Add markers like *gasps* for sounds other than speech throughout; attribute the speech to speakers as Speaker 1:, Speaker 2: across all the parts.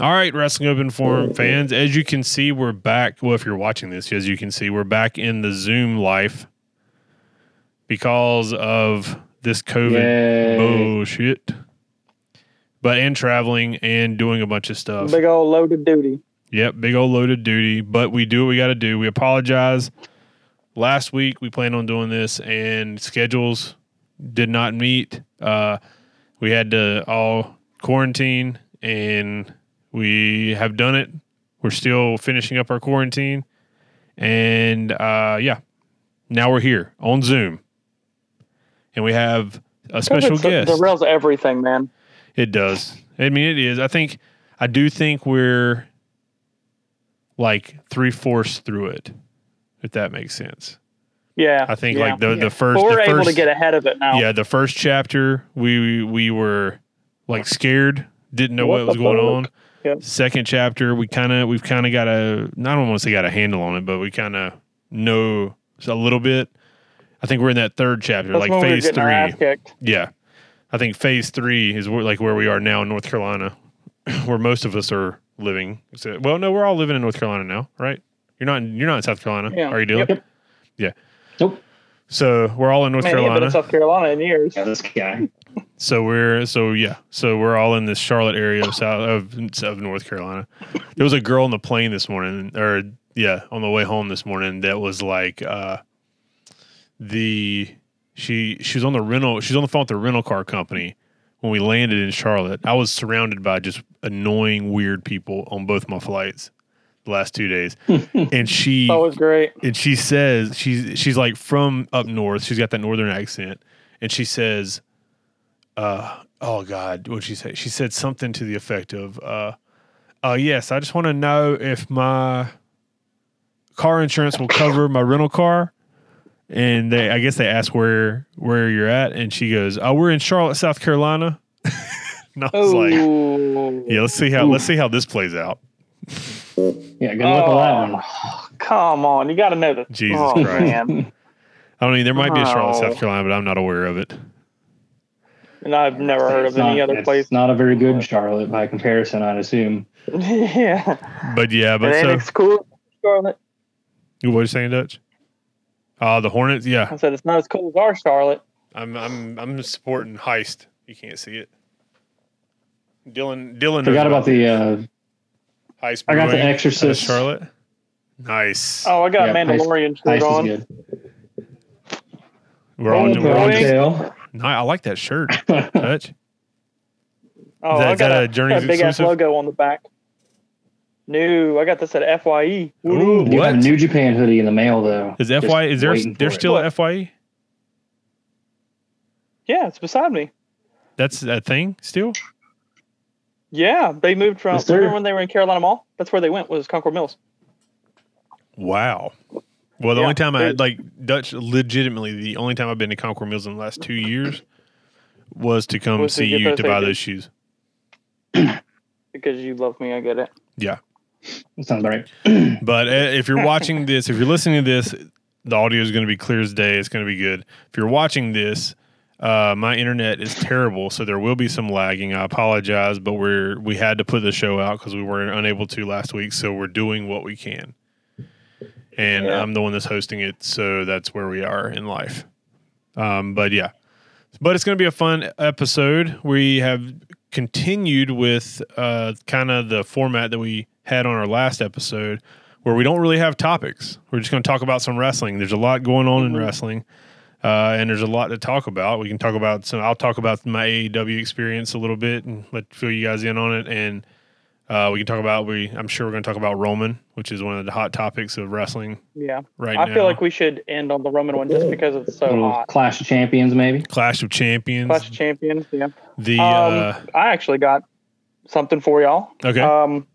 Speaker 1: All right, Wrestling Open Forum fans, as you can see, we're back. Well, if you're watching this, as you can see, we're back in the Zoom life because of this COVID
Speaker 2: Yay.
Speaker 1: bullshit. But and traveling and doing a bunch of stuff.
Speaker 2: Big old load of duty.
Speaker 1: Yep, big old loaded duty, but we do what we got to do. We apologize. Last week we planned on doing this, and schedules did not meet. Uh, we had to all quarantine, and we have done it. We're still finishing up our quarantine, and uh, yeah, now we're here on Zoom, and we have a special
Speaker 2: It de-
Speaker 1: guest.
Speaker 2: Derails everything, man.
Speaker 1: It does. I mean, it is. I think, I do think we're like three fourths through it, if that makes sense.
Speaker 2: Yeah.
Speaker 1: I think
Speaker 2: yeah.
Speaker 1: like the
Speaker 3: Yeah.
Speaker 1: the first,
Speaker 2: But
Speaker 1: the
Speaker 2: we're able
Speaker 1: first-
Speaker 2: to get ahead of it now.
Speaker 1: yeah, the first chapter we we were like scared, didn't know what,
Speaker 2: What
Speaker 1: was
Speaker 2: the
Speaker 1: going on.
Speaker 2: fuck? Yep.
Speaker 1: Second chapter, we kind of we've kind of got a I don't want to say got a handle on it, but we kind of know a little bit. I think we're in that third chapter,
Speaker 2: That's
Speaker 1: like
Speaker 2: when we were
Speaker 1: phase
Speaker 2: getting our
Speaker 1: three.
Speaker 2: ass kicked.
Speaker 1: Yeah, I think phase three is where, like where we are now in North Carolina, *clears throat* where most of us are living. So- well, no, we're all living in North Carolina now, right? You're not. In, you're not in South Carolina,
Speaker 2: Yeah.
Speaker 1: are you, Dylan?
Speaker 2: Yep.
Speaker 3: Nope.
Speaker 1: So we're all in North
Speaker 2: Man, he ain't been
Speaker 1: Carolina.
Speaker 2: in South Carolina in years.
Speaker 3: Yeah, this guy.
Speaker 1: So we're so yeah. So we're all in this Charlotte area of South of, of North Carolina. There was a girl on the plane this morning, or yeah, on the way home this morning that was like uh the she she was on the rental she's on the phone with the rental car company when we landed in Charlotte. I was surrounded by just annoying weird people on both my flights the last two days. and she
Speaker 2: It's always great.
Speaker 1: and she says she's she's like from up north. She's got that northern accent, and she says, "Uh oh God, what'd she say?" She said something to the effect of, "Uh, uh yes, I just want to know if my car insurance will cover my rental car." And they, I guess they asked where where you're at, and she goes, "Oh, we're in Charlotte, South Carolina." *laughs* and I was
Speaker 2: Oh,
Speaker 1: like, "Yeah, let's see how let's see how this plays out."
Speaker 3: Yeah, good luck
Speaker 2: Oh,
Speaker 3: with that one.
Speaker 2: come on. You got to know that.
Speaker 1: Jesus
Speaker 2: oh,
Speaker 1: Christ.
Speaker 2: Man.
Speaker 1: I don't mean there might be a Charlotte,
Speaker 2: Wow.
Speaker 1: South Carolina, but I'm not aware of it.
Speaker 2: And
Speaker 3: *laughs*
Speaker 2: I've never heard
Speaker 3: It's
Speaker 2: of any
Speaker 3: not-
Speaker 2: other
Speaker 3: it's
Speaker 2: place. *laughs*
Speaker 3: Not a very good Charlotte by comparison, I'd assume.
Speaker 2: yeah.
Speaker 1: But yeah,
Speaker 2: But
Speaker 1: but
Speaker 2: it
Speaker 1: so
Speaker 2: ain't as cool as Charlotte.
Speaker 1: You what you saying, Dutch? Uh the Hornets. Yeah,
Speaker 2: I said it's not as cool as our Charlotte.
Speaker 1: *laughs* I'm I'm I'm supporting Heist. You can't see it. Dylan Dylan knows
Speaker 3: Forgot about the. Uh,
Speaker 1: Heist.
Speaker 3: I got the
Speaker 1: Brewing out of
Speaker 3: Exorcist.
Speaker 1: Charlotte. Nice.
Speaker 2: Oh, I got
Speaker 3: Yeah, Heist-
Speaker 2: Mandalorian shirt
Speaker 3: Heist
Speaker 2: on.
Speaker 3: is good.
Speaker 1: we're on.
Speaker 2: Oh,
Speaker 1: We're on
Speaker 2: boy.
Speaker 1: just, *laughs*
Speaker 3: Tail.
Speaker 1: Ni- I like that
Speaker 3: *laughs*
Speaker 1: shirt, Dutch.
Speaker 2: Oh,
Speaker 1: Is that-
Speaker 2: I
Speaker 1: is that
Speaker 2: got
Speaker 1: a
Speaker 2: a,
Speaker 1: Journeys
Speaker 2: got a big ass
Speaker 1: exclusive?
Speaker 2: logo on the back. No, I got this at E. Fye.
Speaker 1: Ooh,
Speaker 3: You got
Speaker 1: what
Speaker 3: a New Japan hoodie in the mail, though.
Speaker 1: is
Speaker 3: Just
Speaker 1: Fy? Is there
Speaker 3: waiting for
Speaker 1: there's
Speaker 3: it.
Speaker 1: still a E? Fye?
Speaker 2: Yeah, it's beside me.
Speaker 1: That's a thing still.
Speaker 2: Yeah, they moved from.
Speaker 3: Yes, sir.
Speaker 2: remember when they were in Carolina Mall? That's where they went. Was Concord Mills?
Speaker 1: Wow. Well, the
Speaker 2: Yeah,
Speaker 1: only time I
Speaker 2: there's-
Speaker 1: like Dutch, legitimately, the only time I've been to Concord Mills in the last two years was to come
Speaker 2: Was to
Speaker 1: see
Speaker 2: get
Speaker 1: you
Speaker 2: those
Speaker 1: to buy
Speaker 2: tickets.
Speaker 1: those shoes.
Speaker 2: Because you love me, I get it.
Speaker 3: That sounds all right.
Speaker 1: But uh, if you're watching this, if you're listening to this, the audio is going to be clear as day. It's going to be good. If you're watching this, uh, my internet is terrible, so there will be some lagging. I apologize, but we're we had to put the show out because we were unable to last week, so we're doing what we can. And
Speaker 2: Yeah.
Speaker 1: I'm the one that's hosting it, so that's where we are in life. Um, but yeah, but it's going to be a fun episode. We have continued with uh, kind of the format that we had on our last episode, where we don't really have topics. We're just going to talk about some wrestling. There's a lot going on in
Speaker 2: Mhm.
Speaker 1: wrestling, uh, and there's a lot to talk about. We can talk about some. I'll talk about my AEW experience a little bit and let fill you guys in on it, and uh, we can talk about we. I'm sure we're going to talk about Roman, which is one of the hot topics of wrestling
Speaker 2: Yeah,
Speaker 1: right
Speaker 2: I
Speaker 1: now.
Speaker 2: feel like we should end on the Roman one just because it's so
Speaker 3: Little
Speaker 2: hot.
Speaker 3: Clash of Champions, maybe.
Speaker 1: Clash of Champions.
Speaker 2: Clash of Champions. Yeah.
Speaker 1: the
Speaker 2: um, I actually got something for y'all.
Speaker 1: uh, okay.
Speaker 2: Um,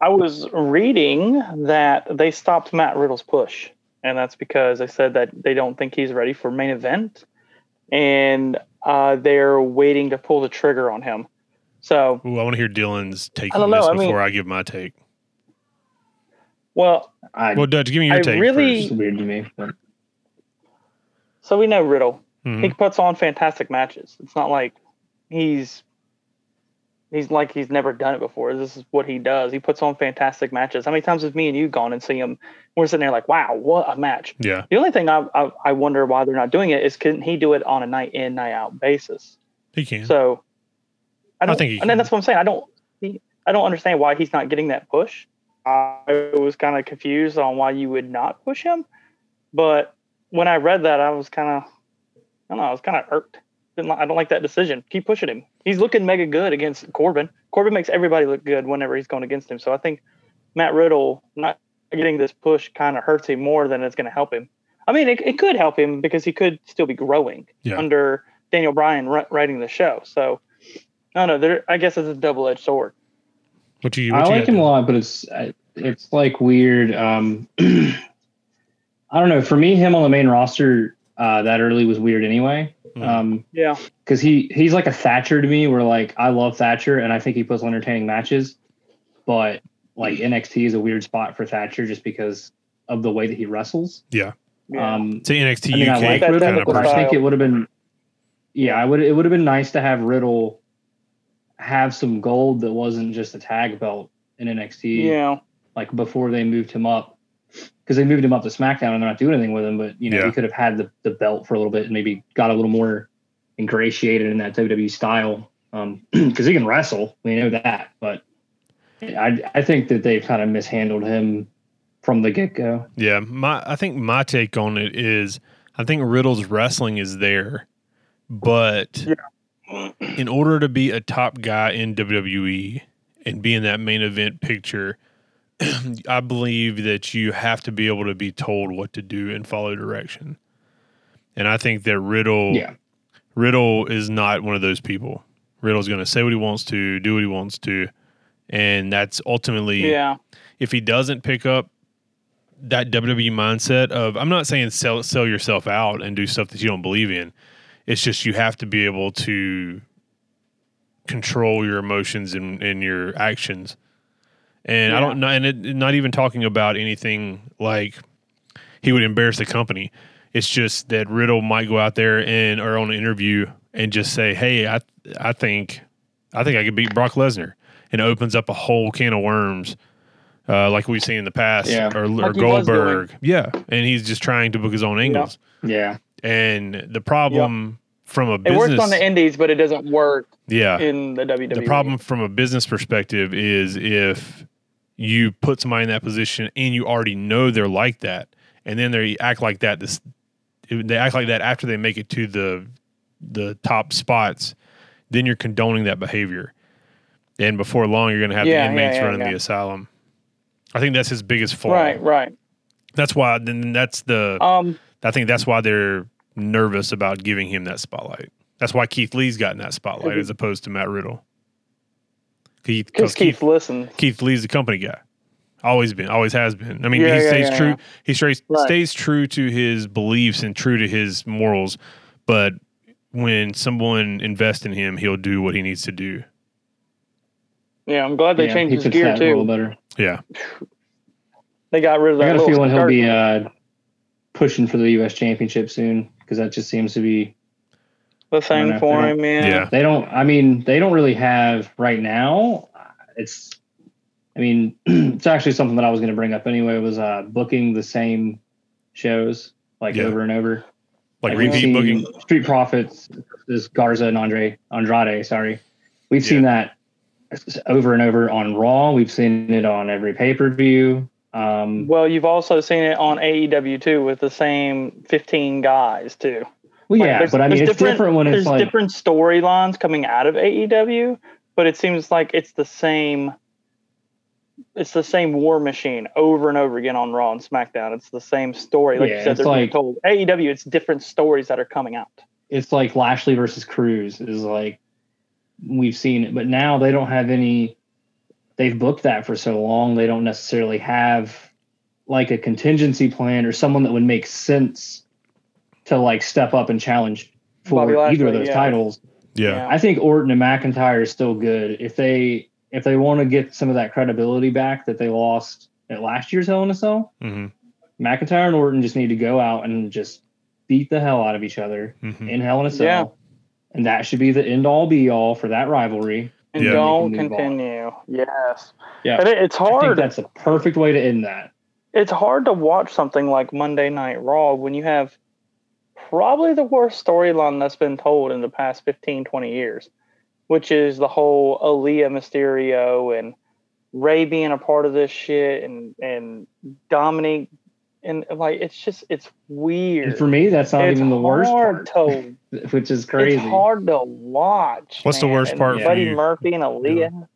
Speaker 2: I was reading that they stopped Matt Riddle's push, and that's because they said that they don't think he's ready for main event, and uh, they're waiting to pull the trigger on him. So,
Speaker 1: Ooh, I want to hear Dylan's take
Speaker 2: I
Speaker 1: on
Speaker 2: don't
Speaker 1: this
Speaker 2: know, I mean-
Speaker 1: before I give my take.
Speaker 2: well,
Speaker 3: I,
Speaker 1: Well, Dutch, give me your
Speaker 2: I
Speaker 1: take.
Speaker 2: really-
Speaker 3: it's weird to me. But
Speaker 2: so we know Riddle.
Speaker 1: first. Mhm.
Speaker 2: He puts on fantastic matches. It's not like he's he's like he's never done it before. This is what he does. He puts on fantastic matches. How many times have me and you gone and see him? We're sitting there like, wow, what a match.
Speaker 1: Yeah.
Speaker 2: The only thing I, I, I wonder why they're not doing it is can he do it on a night in, night out basis?
Speaker 1: He can.
Speaker 2: So I don't
Speaker 1: think he
Speaker 2: and then
Speaker 1: can.
Speaker 2: that's what I'm saying. I don't he- I don't understand why he's not getting that push. I was kind of confused on why you would not push him, but when I read that, I was kind of I don't know. I was kind of irked. Didn't li- I don't like that decision. Keep pushing him. He's looking mega good against Corbin. Corbin makes everybody look good whenever he's going against him. So I think Matt Riddle not getting this push kind of hurts him more than it's going to help him. I mean, it, it could help him because he could still be growing
Speaker 1: Yeah.
Speaker 2: under Daniel Bryan ri- writing the show. So I don't know. There, I guess it's a double edged sword.
Speaker 1: What you? What
Speaker 3: I
Speaker 1: you
Speaker 3: like
Speaker 1: got
Speaker 3: him a
Speaker 1: there?
Speaker 3: lot, but it's I- it's like weird. Um, *clears throat* I don't know. For me, him on the main roster uh, that early was weird anyway.
Speaker 1: Mhm.
Speaker 3: Um,
Speaker 2: Yeah.
Speaker 3: because he he's like a Thatcher to me. Where like I love Thatcher, and I think he puts on entertaining matches, but like NXT is a weird spot for Thatcher just because of the way that he wrestles. Um,
Speaker 1: It's a NXT
Speaker 3: I mean, I
Speaker 1: UK
Speaker 3: like
Speaker 2: That
Speaker 1: kind
Speaker 3: Riddle,
Speaker 1: of
Speaker 2: technical
Speaker 3: but I
Speaker 1: person.
Speaker 3: think
Speaker 2: style.
Speaker 3: it would have been, yeah, I would. It would have been nice to have Riddle have some gold that wasn't just a tag belt in NXT.
Speaker 2: yeah.
Speaker 3: Like before they moved him up, because they moved him up to SmackDown and they're not doing anything with him. But you know,
Speaker 1: Yeah.
Speaker 3: he could have had the, the belt for a little bit and maybe got a little more ingratiated in that WWE style. Um, *clears throat* because he can wrestle, we know that. But I I think that they've kind of mishandled him from the get go.
Speaker 1: Yeah, my I think my take on it is I think Riddle's wrestling is there, but in order to be a top guy in WWE and be in that main event picture, *clears throat* I believe that you have to be able to be told what to do and follow direction. And I think that Riddle
Speaker 3: Yeah.
Speaker 1: Riddle is not one of those people. Riddle's going to say what he wants to, do what he wants to, and that's ultimately
Speaker 2: Yeah.
Speaker 1: if he doesn't pick up that WWE mindset of I'm not saying sell sell yourself out and do stuff that you don't believe in. It's just you have to be able to control your emotions and, and your actions. And I
Speaker 2: Yeah.
Speaker 1: don't know, and it, not even talking about anything like he would embarrass the company. It's just that Riddle might go out there and or on an interview and just say, "Hey, I I think I think I could beat Brock Lesnar," and it opens up a whole can of worms, uh, like we've seen in the past,
Speaker 3: Yeah.
Speaker 1: or, or
Speaker 2: Like he was doing.
Speaker 1: Goldberg, yeah. And he's just trying to book his own angles.
Speaker 3: Yeah.
Speaker 1: And the problem from a
Speaker 2: It
Speaker 1: business,
Speaker 2: works on the indies, but it doesn't work
Speaker 1: yeah,
Speaker 2: in the E. WWE.
Speaker 1: the problem from a business perspective is if you put somebody in that position and you already know they're like that, and then they act like that. This they act like that after they make it to the the top spots, then you're condoning that behavior, and before long you're going to have
Speaker 2: Yeah,
Speaker 1: the inmates
Speaker 2: yeah, yeah,
Speaker 1: running
Speaker 2: yeah.
Speaker 1: the asylum. I think that's his biggest flaw.
Speaker 2: Right. Right.
Speaker 1: That's why. Then that's the.
Speaker 2: Um.
Speaker 1: I think that's why they're nervous about giving him that spotlight. That's why Keith Lee's gotten that spotlight
Speaker 2: Could be.
Speaker 1: as opposed to Matt Riddle. Keith,
Speaker 2: Because
Speaker 1: 'cause
Speaker 2: Keith,
Speaker 1: Keith,
Speaker 2: listens.
Speaker 1: Keith Lee's the company guy. Always been, always has been. I mean,
Speaker 2: Yeah,
Speaker 1: he
Speaker 2: yeah,
Speaker 1: stays
Speaker 2: yeah,
Speaker 1: true.
Speaker 2: yeah.
Speaker 1: He stays,
Speaker 2: Right.
Speaker 1: stays true to his beliefs and true to his morals. But when someone invests in him, he'll do what he needs to do.
Speaker 2: Yeah. I'm glad they
Speaker 3: Yeah,
Speaker 2: changed
Speaker 3: he
Speaker 2: his
Speaker 3: fits
Speaker 2: gear
Speaker 3: that role
Speaker 2: too.
Speaker 3: better.
Speaker 1: Yeah,
Speaker 2: They got rid of
Speaker 3: I
Speaker 2: that.
Speaker 3: got a
Speaker 2: little
Speaker 3: feeling he'll
Speaker 2: skirt.
Speaker 3: be uh, pushing for the U.S. Championship soon because that just seems to be
Speaker 2: the
Speaker 3: I
Speaker 2: thing
Speaker 3: don't
Speaker 2: for
Speaker 3: know.
Speaker 2: him. Yeah.
Speaker 1: yeah,
Speaker 3: they don't. I mean, they don't really have right now. uh, It's, I mean, *clears throat* it's actually something that I was going to bring up anyway. Was uh, booking the same shows like
Speaker 1: Yeah.
Speaker 3: over and over.
Speaker 1: like
Speaker 3: we've
Speaker 1: repeat
Speaker 3: seen
Speaker 1: booking.
Speaker 3: Street Profits is Garza and Andre Andrade. Sorry, we've
Speaker 1: Yeah.
Speaker 3: seen that over and over on Raw. We've seen it on every pay per view. Um,
Speaker 2: Well, you've also seen it on AEW too with the same 15 guys too.
Speaker 3: Well,
Speaker 2: Like,
Speaker 3: yeah,
Speaker 2: there's-
Speaker 3: but I mean,
Speaker 2: there's
Speaker 3: it's different, when
Speaker 2: there's
Speaker 3: it's like
Speaker 2: different storylines coming out of AEW, but it seems like it's the same. It's the same War Machine over and over again on Raw and SmackDown. It's the same story, like
Speaker 3: Yeah,
Speaker 2: you said.
Speaker 3: it's
Speaker 2: They're being
Speaker 3: like-
Speaker 2: told AEW. It's different stories that are coming out.
Speaker 3: it's like Lashley versus Cruz is like we've seen it, but now they don't have any. They've booked that for so long, they don't necessarily have like a contingency plan or someone that would make sense to like step up and challenge for
Speaker 2: Bobby Lashley,
Speaker 3: either of those
Speaker 2: yeah.
Speaker 3: titles.
Speaker 1: Yeah,
Speaker 3: I think Orton and McIntyre is still good if they if they want to get some of that credibility back that they lost at last year's Hell in a Cell.
Speaker 1: Mm-hmm.
Speaker 3: McIntyre and Orton just need to go out and just beat the hell out of each other
Speaker 1: Mm-hmm.
Speaker 3: in Hell in a Cell.
Speaker 2: Yeah.
Speaker 3: And that should be the end all be all for that rivalry.
Speaker 2: And
Speaker 1: Yeah.
Speaker 2: don't
Speaker 3: We can move on.
Speaker 2: continue. Yes.
Speaker 3: Yeah.
Speaker 2: And it, it's
Speaker 3: I think
Speaker 2: hard.
Speaker 3: that's a perfect way to end that.
Speaker 2: It's hard to watch something like Monday Night Raw when you have probably the worst storyline that's been told in the past 15, 20 years, which is the whole Aaliyah Mysterio and Ray being a part of this shit and, and Dominic. And like, it's just, it's weird.
Speaker 3: And for me, that's not
Speaker 2: it's
Speaker 3: even the worst
Speaker 2: hard
Speaker 3: part,
Speaker 2: to
Speaker 3: which is crazy.
Speaker 2: It's hard to watch.
Speaker 1: What's the
Speaker 2: man.
Speaker 1: worst
Speaker 2: And
Speaker 1: part for
Speaker 2: Buddy
Speaker 1: you?
Speaker 2: Murphy and Aaliyah.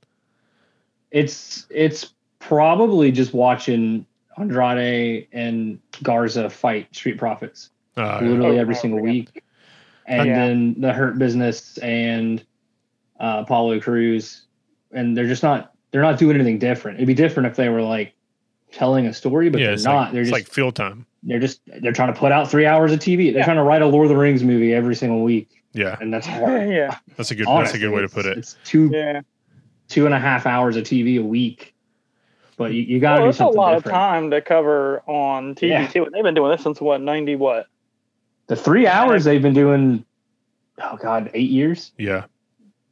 Speaker 3: it's it's probably just watching Andrade and Garza fight Street Profits
Speaker 1: Uh,
Speaker 3: literally
Speaker 2: Oh,
Speaker 3: every
Speaker 2: yeah.
Speaker 3: single week, and
Speaker 2: Yeah.
Speaker 3: then the Hurt Business and uh, Apollo Cruz, and they're just not they're not doing anything different. It'd be different if they were like telling a story, but
Speaker 1: yeah,
Speaker 3: they're
Speaker 1: it's
Speaker 3: not.
Speaker 1: Like,
Speaker 3: they're
Speaker 1: it's
Speaker 3: just
Speaker 1: like field time.
Speaker 3: they're just they're trying to put out three hours of TV. They're
Speaker 2: Yeah.
Speaker 3: trying to write a Lord of the Rings movie every single week,
Speaker 1: Yeah,
Speaker 3: and that's hard.
Speaker 2: *laughs* yeah,
Speaker 1: that's a good.
Speaker 3: Honestly,
Speaker 1: that's a good way to
Speaker 3: it's-
Speaker 1: put it.
Speaker 3: It's two
Speaker 2: yeah.
Speaker 3: two and a half hours of TV a week. But you, you got to
Speaker 2: Well,
Speaker 3: do
Speaker 2: it's a
Speaker 3: something
Speaker 2: lot of
Speaker 3: different.
Speaker 2: time to cover on TV
Speaker 3: Yeah.
Speaker 2: too. And they've been doing this since what ninety what?
Speaker 3: The three hours they've been doing, oh god, eight years.
Speaker 1: Yeah,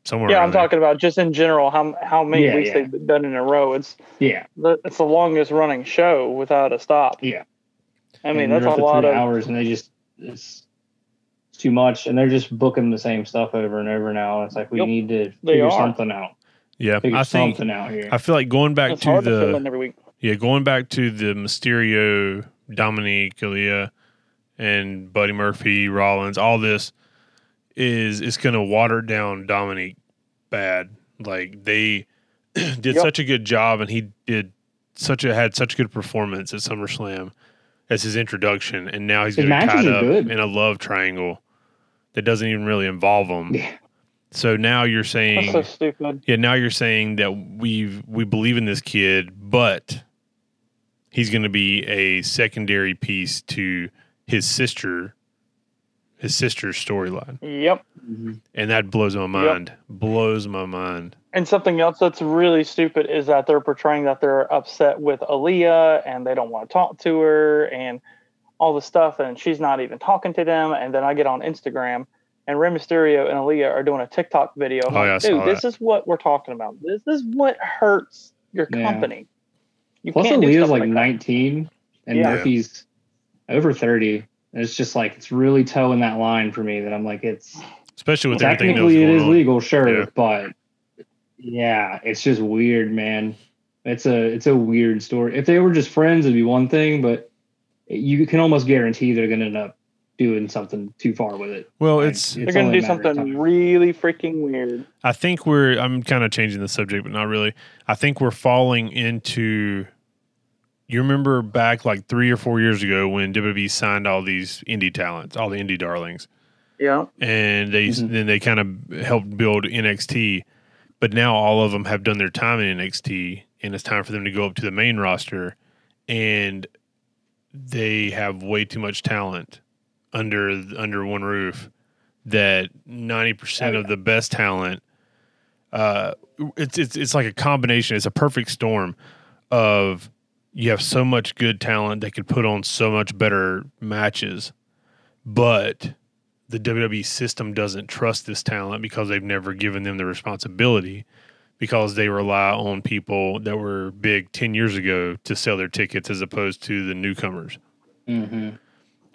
Speaker 1: somewhere.
Speaker 2: Yeah,
Speaker 1: around
Speaker 2: I'm
Speaker 1: there.
Speaker 2: talking about just in general how how many
Speaker 3: Yeah,
Speaker 2: weeks
Speaker 3: yeah.
Speaker 2: they've done in a row. It's
Speaker 3: Yeah,
Speaker 2: the, it's the longest running show without a stop.
Speaker 3: Yeah.
Speaker 2: I mean
Speaker 3: And
Speaker 2: that's
Speaker 3: you're
Speaker 2: a
Speaker 3: up to
Speaker 2: lot
Speaker 3: three
Speaker 2: of
Speaker 3: hours, and they just it's, it's too much, and they're just booking the same stuff over and over now. It's like we
Speaker 2: Yep.
Speaker 3: need to
Speaker 2: They
Speaker 3: figure
Speaker 2: are.
Speaker 3: something out,
Speaker 1: Yeah,
Speaker 3: figure
Speaker 1: I think
Speaker 3: something out here.
Speaker 1: I feel like going back
Speaker 2: it's
Speaker 1: to
Speaker 2: hard to fill
Speaker 1: the
Speaker 2: in every week.
Speaker 1: yeah going back to the Mysterio, Dominique, Kalia, and Buddy Murphy, Rollins, all this is it's going to water down Dominique bad. Like they *clears throat* did
Speaker 2: Yep.
Speaker 1: such a good job, and he did such a had such a good performance at SummerSlam as his introduction, and now he's
Speaker 3: His
Speaker 1: going to
Speaker 3: matches
Speaker 1: tied
Speaker 3: are
Speaker 1: up
Speaker 3: good.
Speaker 1: in a love triangle that doesn't even really involve him.
Speaker 3: Yeah.
Speaker 1: So now you're saying
Speaker 2: That's so stupid.
Speaker 1: yeah, now you're saying that we've we believe in this kid, but he's going to be a secondary piece to his sister, his sister's storyline,
Speaker 2: Yep.
Speaker 3: Mhm.
Speaker 1: and that blows my mind. Blows my mind.
Speaker 2: And something else that's really stupid is that they're portraying that they're upset with Aaliyah and they don't want to talk to her and all this stuff, and she's not even talking to them. And then I get on Instagram and Rey Mysterio and Aaliyah are doing a TikTok video. I'm
Speaker 1: Oh, yeah, I
Speaker 2: like,
Speaker 1: saw
Speaker 2: Dude, this is what we're talking about. This is what hurts your
Speaker 3: Yeah.
Speaker 2: company. You
Speaker 3: Plus,
Speaker 2: can't do
Speaker 3: Aaliyah's
Speaker 2: stuff
Speaker 3: like
Speaker 2: that.
Speaker 3: 19, and
Speaker 2: Yeah.
Speaker 3: Murphy's over 30. And it's just like it's really toeing that line for me that I'm like it's
Speaker 1: Especially with everything that was
Speaker 3: technically it
Speaker 1: going
Speaker 3: is
Speaker 1: on.
Speaker 3: legal sure
Speaker 1: Yeah.
Speaker 3: but yeah it's just weird man it's a it's a weird story if they were just friends it'd be one thing but you can almost guarantee they're gonna end up doing something too far with it
Speaker 1: Well,
Speaker 3: Like,
Speaker 1: it's
Speaker 2: They're going
Speaker 3: only
Speaker 2: to
Speaker 3: a
Speaker 2: do
Speaker 3: matter of
Speaker 2: something
Speaker 3: time.
Speaker 2: really freaking weird.
Speaker 1: I think we're I'm kind of changing the subject, but not really. I think we're falling into you remember back like three or four years ago when WWE signed all these indie talents, all the indie darlings.
Speaker 2: Yeah.
Speaker 1: and they
Speaker 3: Mhm.
Speaker 1: then they kind of helped build NXT. But now all of them have done their time in NXT, and it's time for them to go up to the main roster. And they have way too much talent under under one roof. That ninety percent
Speaker 3: Oh,
Speaker 1: of the best talent, uh, it's it's it's like a combination. It's a perfect storm of you have so much good talent that could put on so much better matches, but the WWE system doesn't trust this talent because they've never given them the responsibility because they rely on people that were big 10 years ago to sell their tickets as opposed to the newcomers.
Speaker 3: Mhm. And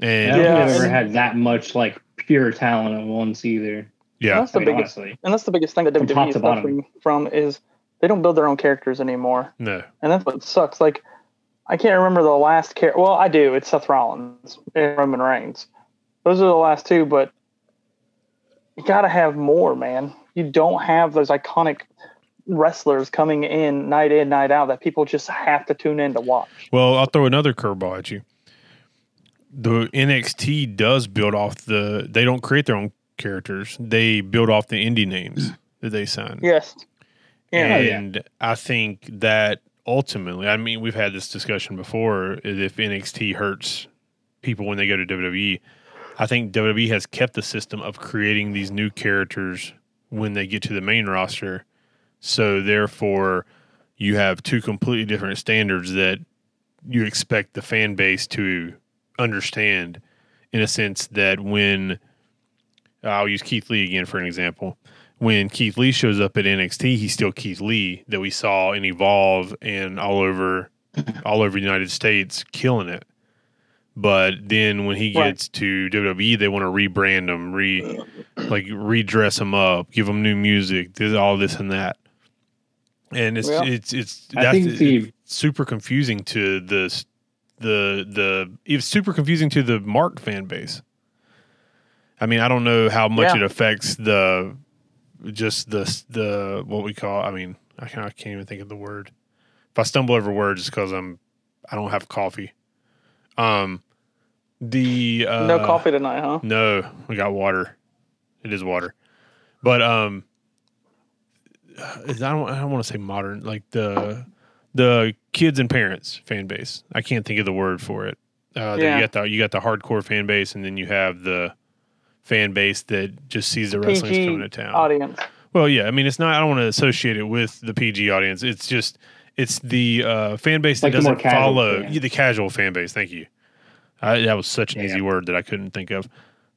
Speaker 3: I
Speaker 1: And
Speaker 3: don't think
Speaker 2: Yeah.
Speaker 3: I've ever had that much like pure talent at once either
Speaker 1: yeah,
Speaker 2: That's the
Speaker 3: I mean,
Speaker 2: biggest
Speaker 3: honestly
Speaker 2: and that's the biggest thing that
Speaker 3: From top
Speaker 2: WWE is
Speaker 3: to bottom.
Speaker 2: suffering from is they don't build their own characters anymore.
Speaker 1: no.
Speaker 2: and that's what sucks. Like, I can't remember the last character. Well, I do. It's Seth Rollins and Roman Reigns. Those are the last two, but you gotta have more, man. You don't have those iconic wrestlers coming in night in, night out that people just have to tune in to watch.
Speaker 1: Well, I'll throw another curveball at you. The NXT does build off the, they don't create their own characters, they build off the indie names that they sign.
Speaker 2: Yes. Yeah.
Speaker 3: yeah.
Speaker 1: And I think that ultimately, I mean, we've had this discussion before is if NXT hurts people when they go to WWE. I think WWE has kept the system of creating these new characters when they get to the main roster. So therefore, you have two completely different standards that you expect the fan base to understand uh, in a sense that when I'll use Keith Lee again for an example. when Keith Lee shows up at NXT, he's still Keith Lee that we saw in Evolve and all
Speaker 3: *laughs*
Speaker 1: over all over the United States killing it. But then when he
Speaker 2: Right.
Speaker 1: gets to WWE, they want to rebrand him, re like redress him up, give him new music, this all this and that. And it's
Speaker 2: Yeah.
Speaker 1: it's it's
Speaker 3: I think the
Speaker 1: super confusing to the s- the the it's super confusing to the marked fan base. I mean, I don't know how much
Speaker 2: Yeah.
Speaker 1: it affects the just the s- the what we call. I mean, I can't, I can't even think of the word. If I stumble over words, it's because I'm I don't have coffee. Um, the uh,
Speaker 2: no coffee tonight, huh?
Speaker 1: no, we got water. It is water, but um, I don't. I don't want to say modern. Like the the kids and parents fan base. I can't think of the word for it. Uh,
Speaker 2: Yeah.
Speaker 1: You got the you got the hardcore fan base, and then you have the fan base that just sees the wrestling's
Speaker 2: PG
Speaker 1: coming to town.
Speaker 2: Audience.
Speaker 1: Well, yeah. I mean, it's not. I don't want to associate it with the PG audience. It's just it's the uh, fan base that
Speaker 3: Like the more
Speaker 1: doesn't
Speaker 3: casual
Speaker 1: follow
Speaker 3: fan.
Speaker 1: yeah, the casual fan base. Thank you. I, that was such an
Speaker 3: Yeah.
Speaker 1: easy word that I couldn't think of.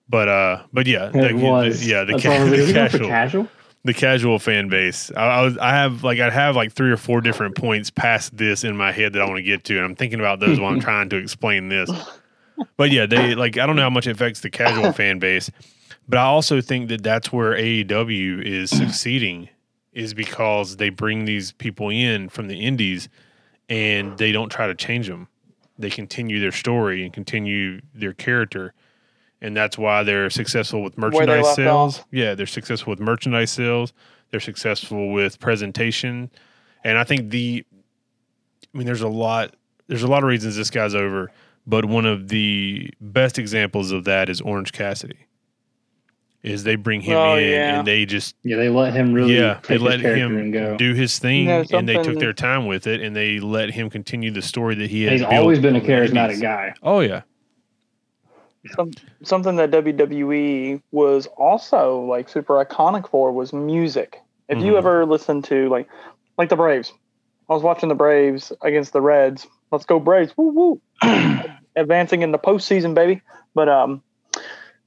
Speaker 1: But uh, but yeah,
Speaker 3: it
Speaker 1: the-
Speaker 3: was
Speaker 1: yeah the,
Speaker 3: That's
Speaker 1: ca-
Speaker 3: all I
Speaker 1: *laughs*
Speaker 3: was-
Speaker 1: the
Speaker 3: we go for
Speaker 1: casual
Speaker 3: casual.
Speaker 1: the casual fan base. I, I was I have like I'd have like three or four different points past this in my head that I want to get to, and I'm thinking about those
Speaker 3: *laughs*
Speaker 1: while I'm trying to explain this. But yeah, they like I don't know how much it affects the
Speaker 2: *laughs*
Speaker 1: casual fan base, but I also think that that's where AEW is succeeding is because they bring these people in from the indies and they don't try to change them. They continue their story and continue their character. And that's why they're successful with
Speaker 2: they
Speaker 1: merchandise
Speaker 2: left
Speaker 1: sales.
Speaker 2: off.
Speaker 1: Yeah, they're successful with merchandise sales. They're successful with presentation. And I think the I mean there's a lot there's a lot of reasons this guy's over, but one of the best examples of that is Orange Cassidy. Is they bring him
Speaker 2: Oh,
Speaker 1: in
Speaker 2: yeah.
Speaker 1: and they just
Speaker 3: Yeah, they let him really
Speaker 1: Yeah, they
Speaker 3: take his
Speaker 1: let
Speaker 3: character
Speaker 1: him
Speaker 3: and go.
Speaker 1: do his thing
Speaker 2: You know,
Speaker 1: and they took
Speaker 2: something-
Speaker 1: their time with it and they let him continue the story that he had.
Speaker 3: He's
Speaker 1: built
Speaker 3: always been a
Speaker 1: on the 80s.
Speaker 3: charismatic guy.
Speaker 1: Oh yeah.
Speaker 2: Some, something that WWE was also like super iconic for was music. If you
Speaker 1: Mhm.
Speaker 2: ever listen to like like the Braves, I was watching the Braves against the Reds. Let's go Braves! Woo
Speaker 1: *clears throat*
Speaker 2: woo! Advancing in the postseason, baby. But um,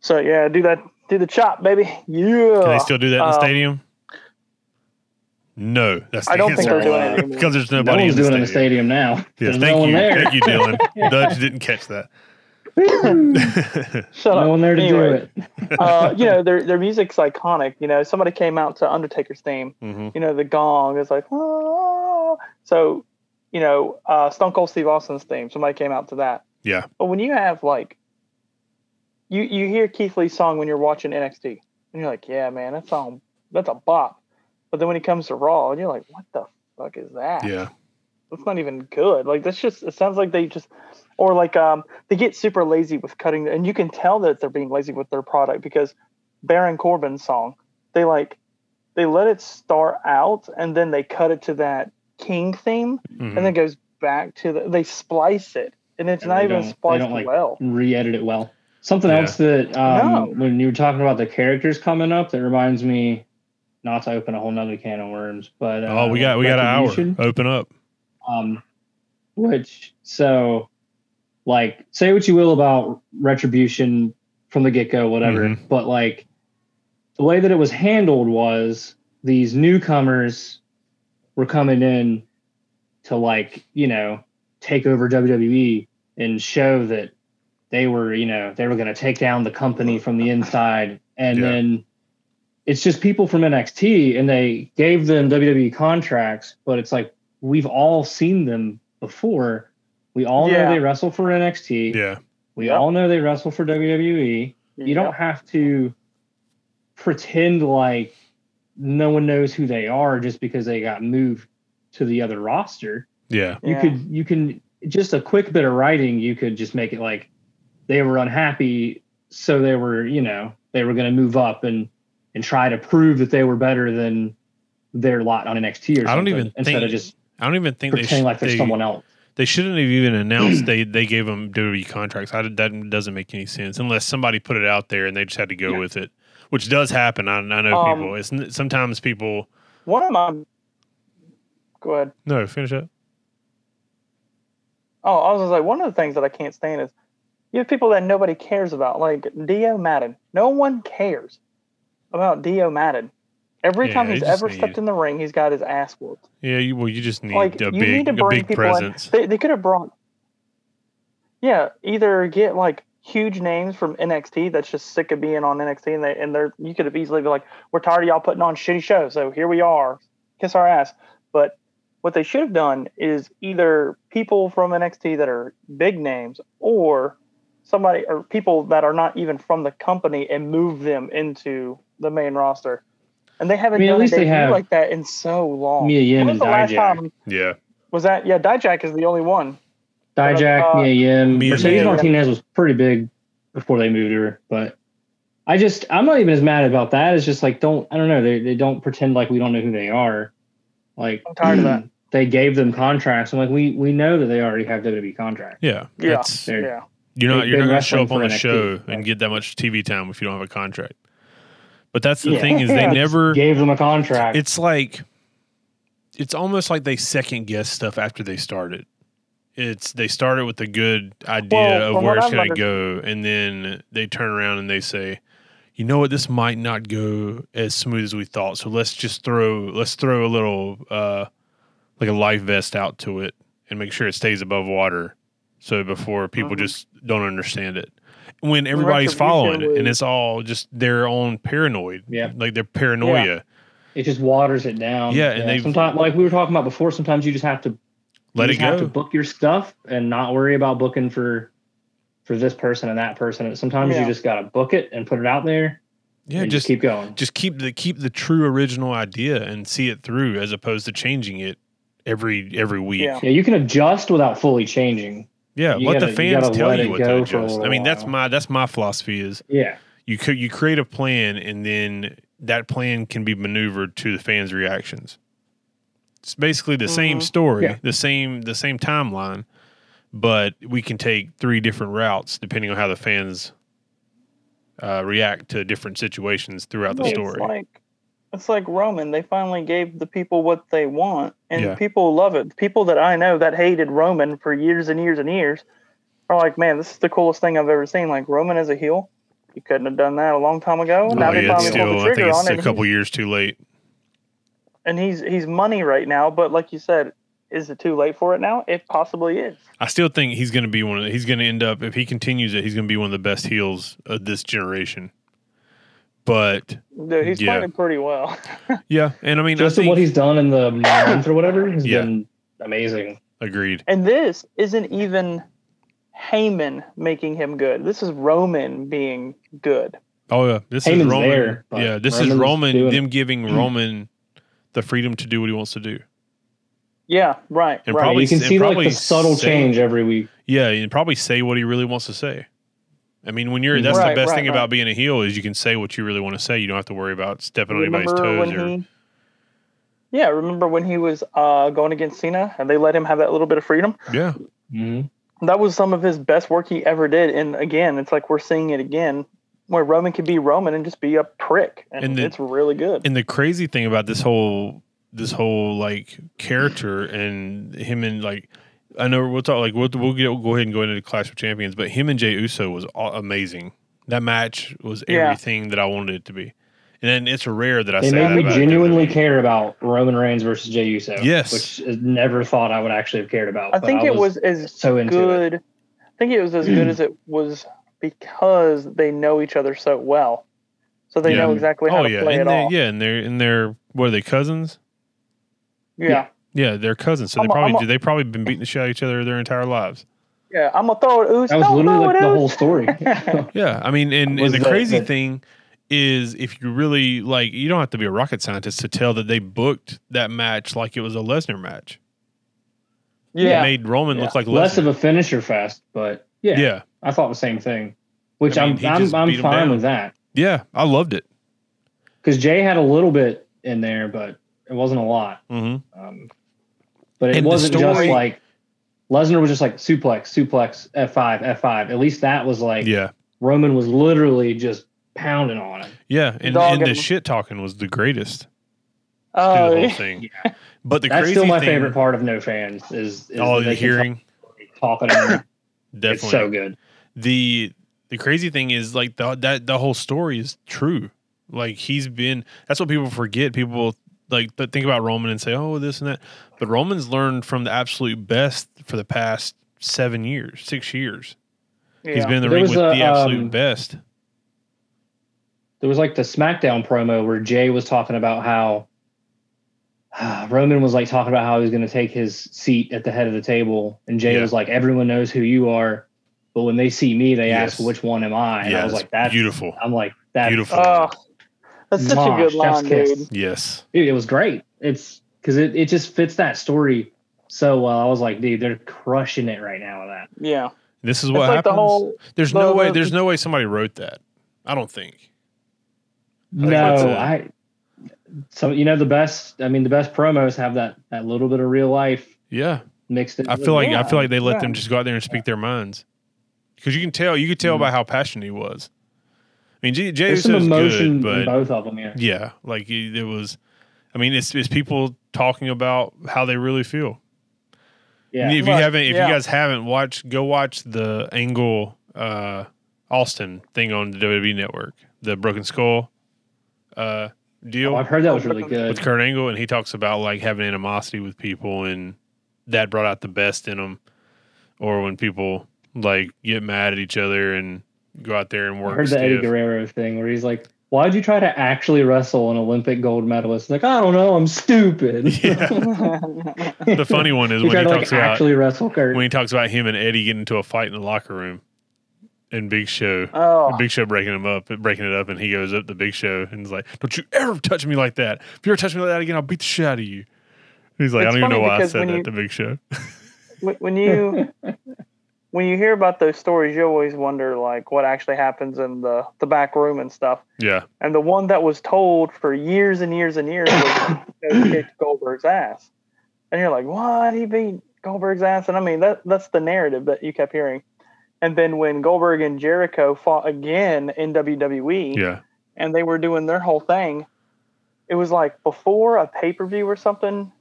Speaker 2: so yeah, do that, do the chop, baby. Yeah.
Speaker 1: Can they still do that in the
Speaker 2: Um,
Speaker 1: stadium? No, that's the
Speaker 2: I don't
Speaker 1: answer.
Speaker 2: think they're doing
Speaker 3: Uh,
Speaker 2: it anymore.
Speaker 1: because there's
Speaker 3: No
Speaker 1: nobody
Speaker 3: one's
Speaker 1: in the
Speaker 3: doing it
Speaker 1: stadium.
Speaker 3: in the stadium now.
Speaker 1: Yes,
Speaker 3: There's
Speaker 1: thank
Speaker 3: no one
Speaker 1: you,
Speaker 3: there.
Speaker 1: thank you, Dylan.
Speaker 2: *laughs*
Speaker 1: Dutch didn't catch that. *laughs*
Speaker 2: Shut up.
Speaker 3: No one there to
Speaker 2: Anyway,
Speaker 3: do it.
Speaker 2: uh, you know, their their music's iconic. You know, somebody came out to Undertaker's theme.
Speaker 1: hmm
Speaker 2: You know, the gong is like, "Ah." so, you know, uh, Stone Cold Steve Austin's theme. Somebody came out to that.
Speaker 1: Yeah.
Speaker 2: But when you have like, you you hear Keith Lee's song when you're watching NXT, and you're like, yeah, man, that song, that's a bop. But then when he comes to Raw, and you're like, what the fuck is that?
Speaker 1: Yeah,
Speaker 2: that's not even good. Like that's just it sounds like they just or like um they get super lazy with cutting and you can tell that they're being lazy with their product because Baron Corbin's song, they like they let it start out and then they cut it to that King theme
Speaker 1: Mhm.
Speaker 2: and then goes back to the they splice it and it's
Speaker 3: Mm-hmm. And
Speaker 2: not
Speaker 3: they
Speaker 2: even
Speaker 3: don't- they
Speaker 2: spliced
Speaker 3: don't, like,
Speaker 2: well.
Speaker 3: Re-edit it well. Something
Speaker 1: Yeah.
Speaker 3: else that um,
Speaker 2: No.
Speaker 3: when you were talking about the characters coming up, that reminds me not to open a whole nother can of worms. But uh,
Speaker 1: oh, we got we got an
Speaker 3: Retribution,
Speaker 1: hour. Open up.
Speaker 3: Um, which so, like, say what you will about retribution from the get go, whatever.
Speaker 1: Mhm.
Speaker 3: But like, the way that it was handled was these newcomers were coming in to like you know take over WWE and show that they were you know they were going to take down the company from the inside and
Speaker 1: Yeah.
Speaker 3: then it's just people from NXT and they gave them WWE contracts but it's like we've all seen them before we all
Speaker 2: Yeah.
Speaker 3: know they wrestle for NXT
Speaker 1: Yeah,
Speaker 3: we
Speaker 2: Yep.
Speaker 3: all know they wrestle for WWE you don't have to pretend like no one knows who they are just because they got moved to the other roster
Speaker 1: yeah,
Speaker 3: you
Speaker 2: Yeah.
Speaker 3: could you can just a quick bit of writing you could just make it like they were unhappy so they were you know they were going to move up and and try to prove that they were better than their lot on NXT or something
Speaker 1: I don't even
Speaker 3: instead
Speaker 1: think
Speaker 3: of just
Speaker 1: I don't even think they
Speaker 3: pretending
Speaker 1: sh-
Speaker 3: like they're
Speaker 1: they,
Speaker 3: someone else
Speaker 1: they shouldn't have even
Speaker 3: *clears throat*
Speaker 1: announced they they gave them WWE contracts. I, did- that doesn't make any sense unless somebody put it out there and they just had to go
Speaker 3: Yeah.
Speaker 1: with it, which does happen. I, I know
Speaker 2: Um,
Speaker 1: people. It's n- sometimes people.
Speaker 2: One of my go ahead.
Speaker 1: No, finish up.
Speaker 2: Oh, I was just like, one of the things that I can't stand is you have people that nobody cares about, like Dio Madden. No one cares about Dio Madden. Every
Speaker 1: Yeah,
Speaker 2: time
Speaker 1: you
Speaker 2: he's
Speaker 1: just
Speaker 2: ever
Speaker 1: need-
Speaker 2: stepped in the ring, he's got his ass whooped.
Speaker 1: Yeah, you, well, you just need
Speaker 2: like
Speaker 1: a
Speaker 2: you
Speaker 1: big,
Speaker 2: need to
Speaker 1: a
Speaker 2: bring
Speaker 1: big
Speaker 2: people
Speaker 1: presence.
Speaker 2: in. They, they could have brought. Yeah, either get like huge names from NXT that's just sick of being on NXT, and they and they're you could have easily been like, we're tired of y'all putting on shitty shows, so here we are, kiss our ass. But what they should have done is either people from NXT that are big names, or somebody or people that are not even from the company and move them into the main roster. And they haven't
Speaker 3: I mean, at
Speaker 2: done a
Speaker 3: least they
Speaker 2: debut
Speaker 3: have
Speaker 2: like that in so long.
Speaker 3: Mia Yim
Speaker 2: When
Speaker 3: and
Speaker 2: was the last
Speaker 3: Dijak.
Speaker 2: time
Speaker 1: yeah,
Speaker 2: was that? Yeah, Dijak is the only one.
Speaker 3: Dijak,
Speaker 2: uh,
Speaker 3: Mia Yim.
Speaker 1: Mia
Speaker 3: Mercedes
Speaker 1: Yim.
Speaker 3: Martinez was pretty big before they moved her, but I just I'm not even as mad about that. It's just like don't I don't know they they don't pretend like we don't know who they are. Like
Speaker 2: I'm tired of that.
Speaker 3: *clears throat* They gave them contracts. I'm like we we know that they already have WWE contracts.
Speaker 1: yeah,
Speaker 2: Yeah.
Speaker 1: That's-
Speaker 3: They're-
Speaker 2: Yeah,
Speaker 1: You're not
Speaker 3: They've
Speaker 1: you're not
Speaker 3: been
Speaker 1: gonna show
Speaker 3: wrestling
Speaker 1: up on
Speaker 3: for
Speaker 1: the
Speaker 3: NXT,
Speaker 1: show
Speaker 3: yeah.
Speaker 1: and get that much TV time if you don't have a contract. But that's the
Speaker 3: Yeah.
Speaker 1: thing is they
Speaker 3: Yeah.
Speaker 1: never.
Speaker 3: Gave them a contract.
Speaker 1: It's like, it's almost like they second guess stuff after they started. It's they started with a good idea
Speaker 2: Well,
Speaker 1: of
Speaker 2: from
Speaker 1: where
Speaker 2: what
Speaker 1: it's
Speaker 2: I've
Speaker 1: going to
Speaker 2: under-
Speaker 1: go, and then they turn around and they say, "You know what? This might not go as smooth as we thought. So let's just throw let's throw a little uh, like a life vest out to it and make sure it stays above water, so before people
Speaker 2: Mhm.
Speaker 1: just don't understand it." When everybody's
Speaker 2: retribution
Speaker 1: following it, and
Speaker 2: was-
Speaker 1: it's all just their own paranoid,
Speaker 3: Yeah.
Speaker 1: like their paranoia.
Speaker 3: it just waters it down.
Speaker 1: Yeah, and they've-
Speaker 3: sometimes like we were talking about before. Sometimes you just have to
Speaker 1: Let
Speaker 3: you
Speaker 1: it
Speaker 3: just have to
Speaker 1: go.
Speaker 3: book your stuff and not worry about booking for for this person and that person. Sometimes you
Speaker 2: Yeah.
Speaker 3: just gotta book it and put it out there.
Speaker 1: Yeah,
Speaker 3: and
Speaker 1: just
Speaker 3: keep going.
Speaker 1: just keep the keep the true original idea and see it through as opposed to changing it every every week.
Speaker 2: Yeah.
Speaker 1: Yeah,
Speaker 3: Yeah, you can adjust without fully changing. You
Speaker 1: let
Speaker 3: gotta-
Speaker 1: the
Speaker 3: you
Speaker 1: fans
Speaker 3: gotta
Speaker 1: tell
Speaker 3: let
Speaker 1: you
Speaker 3: it
Speaker 1: what to
Speaker 3: go for a
Speaker 1: adjust. I mean, that's
Speaker 3: while.
Speaker 1: my that's my philosophy is
Speaker 3: Yeah,
Speaker 1: you could you create a plan and then that plan can be maneuvered to the fans' reactions. It's basically the same
Speaker 2: Mhm.
Speaker 1: story,
Speaker 3: Mm-hmm. Yeah.
Speaker 1: the same the same timeline, but we can take three different routes depending on how the fans uh, react to different situations throughout the
Speaker 2: It's
Speaker 1: story.
Speaker 2: like it's like Roman. They finally gave the people what they want, and
Speaker 1: Yeah.
Speaker 2: people love it. People that I know that hated Roman for years and years and years are like, "Man, this is the coolest thing I've ever seen." Like Roman as a heel, you couldn't have done that a long time ago.
Speaker 3: Oh,
Speaker 2: now
Speaker 1: Oh,
Speaker 2: they
Speaker 1: yeah, it's
Speaker 2: finally
Speaker 1: still,
Speaker 2: pulled the
Speaker 1: I think
Speaker 2: trigger
Speaker 1: it's
Speaker 2: on
Speaker 1: a
Speaker 2: it, and
Speaker 1: couple years too late.
Speaker 2: and he's he's money right now. But like you said, is it too late for it now? It possibly is.
Speaker 1: I still think he's going to be one of the, he's going to end up if he continues it he's going to be one of the best heels of this generation. But
Speaker 2: Dude, he's
Speaker 1: Yeah.
Speaker 2: playing pretty well.
Speaker 1: yeah, and I mean
Speaker 3: just
Speaker 1: I
Speaker 3: in
Speaker 1: think
Speaker 3: what he's done in
Speaker 1: *coughs*
Speaker 3: the month or whatever has
Speaker 1: Yeah.
Speaker 3: been amazing.
Speaker 1: agreed.
Speaker 2: And this isn't even Heyman making him good. This is Roman being good.
Speaker 1: Oh yeah, this is
Speaker 3: Heyman's
Speaker 1: Roman.
Speaker 3: there, but
Speaker 1: yeah, this is
Speaker 3: Roman's
Speaker 1: Roman
Speaker 3: doing
Speaker 1: them
Speaker 3: *clears throat*
Speaker 1: giving Roman the freedom to do what he wants to do.
Speaker 2: Yeah, right.
Speaker 1: And
Speaker 2: right.
Speaker 1: probably-
Speaker 3: you can
Speaker 1: and
Speaker 3: see like
Speaker 1: probably
Speaker 3: the subtle
Speaker 1: same.
Speaker 3: change every week.
Speaker 1: Yeah, and probably say what he really wants to say. I mean, when you're that's the
Speaker 2: Right,
Speaker 1: best
Speaker 2: right,
Speaker 1: thing
Speaker 2: right.
Speaker 1: about being a heel is you can say what you really want to say. You don't have to worry about stepping on anybody's
Speaker 2: remember
Speaker 1: toes
Speaker 2: when
Speaker 1: or
Speaker 2: he? Yeah, remember when he was uh, going against Cena and they let him have that little bit of freedom?
Speaker 1: yeah. Mm-hmm.
Speaker 3: Mhm.
Speaker 2: That was some of his best work he ever did. And again, it's like we're seeing it again, where Roman could be Roman and just be a prick, and,
Speaker 1: And the-
Speaker 2: it's really good.
Speaker 1: and the crazy thing about this whole this whole like character and him and like I know we'll talk like we'll we'll, get, we'll go ahead and go into the Clash of Champions, but him and Jay Uso was all, amazing. That match was
Speaker 2: Yeah.
Speaker 1: everything that I wanted it to be, and then it's rare that I
Speaker 3: They
Speaker 1: say
Speaker 3: made
Speaker 1: that
Speaker 3: me
Speaker 1: about
Speaker 3: genuinely
Speaker 1: WWE.
Speaker 3: care about Roman Reigns versus Jey Uso.
Speaker 1: Yes.
Speaker 3: which I never thought I would actually have cared about.
Speaker 2: I
Speaker 3: but
Speaker 2: think it was as
Speaker 3: so into it.
Speaker 2: good. I think it was as good as it was because they know each other so well, so they
Speaker 1: Yeah.
Speaker 2: know exactly how
Speaker 1: Oh
Speaker 2: to
Speaker 1: yeah,
Speaker 2: play
Speaker 1: and
Speaker 2: it
Speaker 1: they,
Speaker 2: off. Yeah,
Speaker 1: yeah, and they're and they're what are they cousins?
Speaker 2: yeah.
Speaker 3: yeah.
Speaker 1: Yeah, they're cousins. So
Speaker 2: I'm
Speaker 1: they
Speaker 2: a-
Speaker 1: probably
Speaker 2: I'm a-
Speaker 1: do. They probably been beating the shit out of each other their entire lives.
Speaker 2: I'm gonna throw it. Ooze.
Speaker 3: That was
Speaker 2: Don't
Speaker 3: literally
Speaker 2: throw
Speaker 3: like
Speaker 2: it,
Speaker 3: the
Speaker 2: Ooze.
Speaker 3: whole story.
Speaker 2: *laughs*
Speaker 3: *laughs*
Speaker 1: Yeah, I mean, and,
Speaker 3: Was
Speaker 1: and the
Speaker 3: the-
Speaker 1: crazy
Speaker 3: the-
Speaker 1: thing is, if you really like, you don't have to be a rocket scientist to tell that they booked that match like it was a Lesnar match. It
Speaker 2: Yeah,
Speaker 1: made Roman
Speaker 2: Yeah.
Speaker 1: look like
Speaker 3: Less
Speaker 1: Lesnar.
Speaker 3: of a finisher fest, but yeah,
Speaker 1: yeah. yeah,
Speaker 3: I thought the same thing. Which
Speaker 1: I mean,
Speaker 3: I
Speaker 1: he
Speaker 3: am
Speaker 1: just
Speaker 3: I'm,
Speaker 1: beat
Speaker 3: I'm
Speaker 1: him
Speaker 3: fine
Speaker 1: down.
Speaker 3: with that.
Speaker 1: I loved it.
Speaker 3: because Jay had a little bit in there, but it wasn't a lot.
Speaker 1: hmm
Speaker 3: Um, but it
Speaker 1: And the
Speaker 3: wasn't just
Speaker 1: story-
Speaker 3: like Lesnar was just like suplex, suplex, F five, F five. At least that was like
Speaker 1: Yeah,
Speaker 3: Roman was literally just pounding on him.
Speaker 1: yeah, and,
Speaker 2: Dog
Speaker 1: and the
Speaker 2: and-
Speaker 1: shit talking was the greatest through
Speaker 2: Oh,
Speaker 1: the whole
Speaker 2: *laughs* yeah.
Speaker 1: thing. But the
Speaker 3: That's
Speaker 1: crazy
Speaker 3: still my
Speaker 1: thing,
Speaker 3: favorite part of No Fans is, is
Speaker 1: all
Speaker 3: that
Speaker 1: the
Speaker 3: they can
Speaker 1: hearing,
Speaker 3: talk-
Speaker 1: *laughs*
Speaker 3: talking. and
Speaker 1: definitely
Speaker 3: it's so good.
Speaker 1: the the crazy thing is like the, that the whole story is true. Like he's been. That's what people forget. People like th- think about Roman and say, "Oh, this and that," but Roman's learned from the absolute best for the past seven years, six years.
Speaker 2: Yeah.
Speaker 1: He's been in the
Speaker 3: There
Speaker 1: ring
Speaker 3: was
Speaker 1: with
Speaker 3: a,
Speaker 1: the absolute
Speaker 3: um,
Speaker 1: best.
Speaker 3: there was like the SmackDown promo where Jay was talking about how *sighs* Roman was like talking about how he was going to take his seat at the head of the table, and Jay
Speaker 1: Yeah.
Speaker 3: was like, "Everyone knows who you are, but when they see me, they ask
Speaker 1: Yes.
Speaker 3: which one am I?" And I was
Speaker 1: Yes,
Speaker 3: like, "That."
Speaker 1: beautiful.
Speaker 3: I'm like, "That."
Speaker 1: Beautiful.
Speaker 2: Oh, that's such a good
Speaker 3: Mosh, chef's
Speaker 2: line,
Speaker 3: kiss.
Speaker 2: dude.
Speaker 1: Yes.
Speaker 3: Dude, it was great. It's because it, it just fits that story so well. I was like, "Dude, they're crushing it right now." With that,
Speaker 2: Yeah,
Speaker 1: This is
Speaker 2: it's
Speaker 1: what
Speaker 2: like the
Speaker 1: happens.
Speaker 2: whole. *laughs*
Speaker 1: there's
Speaker 2: the-
Speaker 1: no way.
Speaker 2: the-
Speaker 1: There's no way somebody wrote that. I don't think. think that's
Speaker 3: no,
Speaker 1: a-
Speaker 3: I. So you know the best. I mean, the best promos have that that little bit of real life
Speaker 1: Yeah.
Speaker 3: mixed in.
Speaker 1: I
Speaker 3: with
Speaker 1: feel like
Speaker 2: Yeah,
Speaker 1: I feel like they let
Speaker 2: yeah.
Speaker 1: them just go out there and speak their minds, because you can tell you could tell by how passionate he was. I mean, Jay, Jay
Speaker 3: Mm. There's some
Speaker 1: Uso's
Speaker 3: emotion in
Speaker 1: good, but
Speaker 3: both of them. Yeah.
Speaker 1: yeah, like he- it was. I mean, it's it's people talking about how they really feel. And
Speaker 3: Yeah.
Speaker 1: if you
Speaker 2: Right,
Speaker 1: haven't, if
Speaker 2: yeah.
Speaker 1: you guys haven't watched, go watch the Angle uh, Austin thing on the WWE Network, the Broken Skull uh, deal
Speaker 3: Oh, I've heard that was really good.
Speaker 1: with Kurt Angle, and he talks about like having animosity with people, and that brought out the best in them. Or when people like get mad at each other and go out there and
Speaker 3: I
Speaker 1: work.
Speaker 3: heard the Eddie
Speaker 1: stiff.
Speaker 3: Guerrero thing where he's like, "Why'd you try to actually wrestle an Olympic gold medalist?" Like, I don't know, I'm stupid.
Speaker 1: *laughs* Yeah. the funny one is
Speaker 3: you
Speaker 1: when
Speaker 3: try
Speaker 1: he
Speaker 3: to
Speaker 1: talks
Speaker 3: like
Speaker 1: about
Speaker 3: actually wrestle Kurt.
Speaker 1: when he talks about him and Eddie getting into a fight in the locker room, and Big Show, *laughs*
Speaker 2: oh,
Speaker 1: Big Show breaking him up, breaking it up, and he goes up to Big Show and is like, "Don't you ever touch me like that! If you ever touch me like that again, I'll beat the shit out of you." He's like,
Speaker 2: It's
Speaker 1: "I don't even know
Speaker 2: funny
Speaker 1: why I
Speaker 2: because
Speaker 1: said
Speaker 2: when
Speaker 1: that
Speaker 2: you-
Speaker 1: to Big Show."
Speaker 2: When- when you when you hear about those stories, you always wonder like what actually happens in the the back room and stuff.
Speaker 1: Yeah,
Speaker 2: And the one that was told for years and years and years was he kicked Goldberg's ass. And you're like, what? He beat Goldberg's ass? And I mean, that that's the narrative that you kept hearing. And then when Goldberg and Jericho fought again in E, WWE
Speaker 1: yeah,
Speaker 2: and they were doing their whole thing, it was like before a pay per view or something,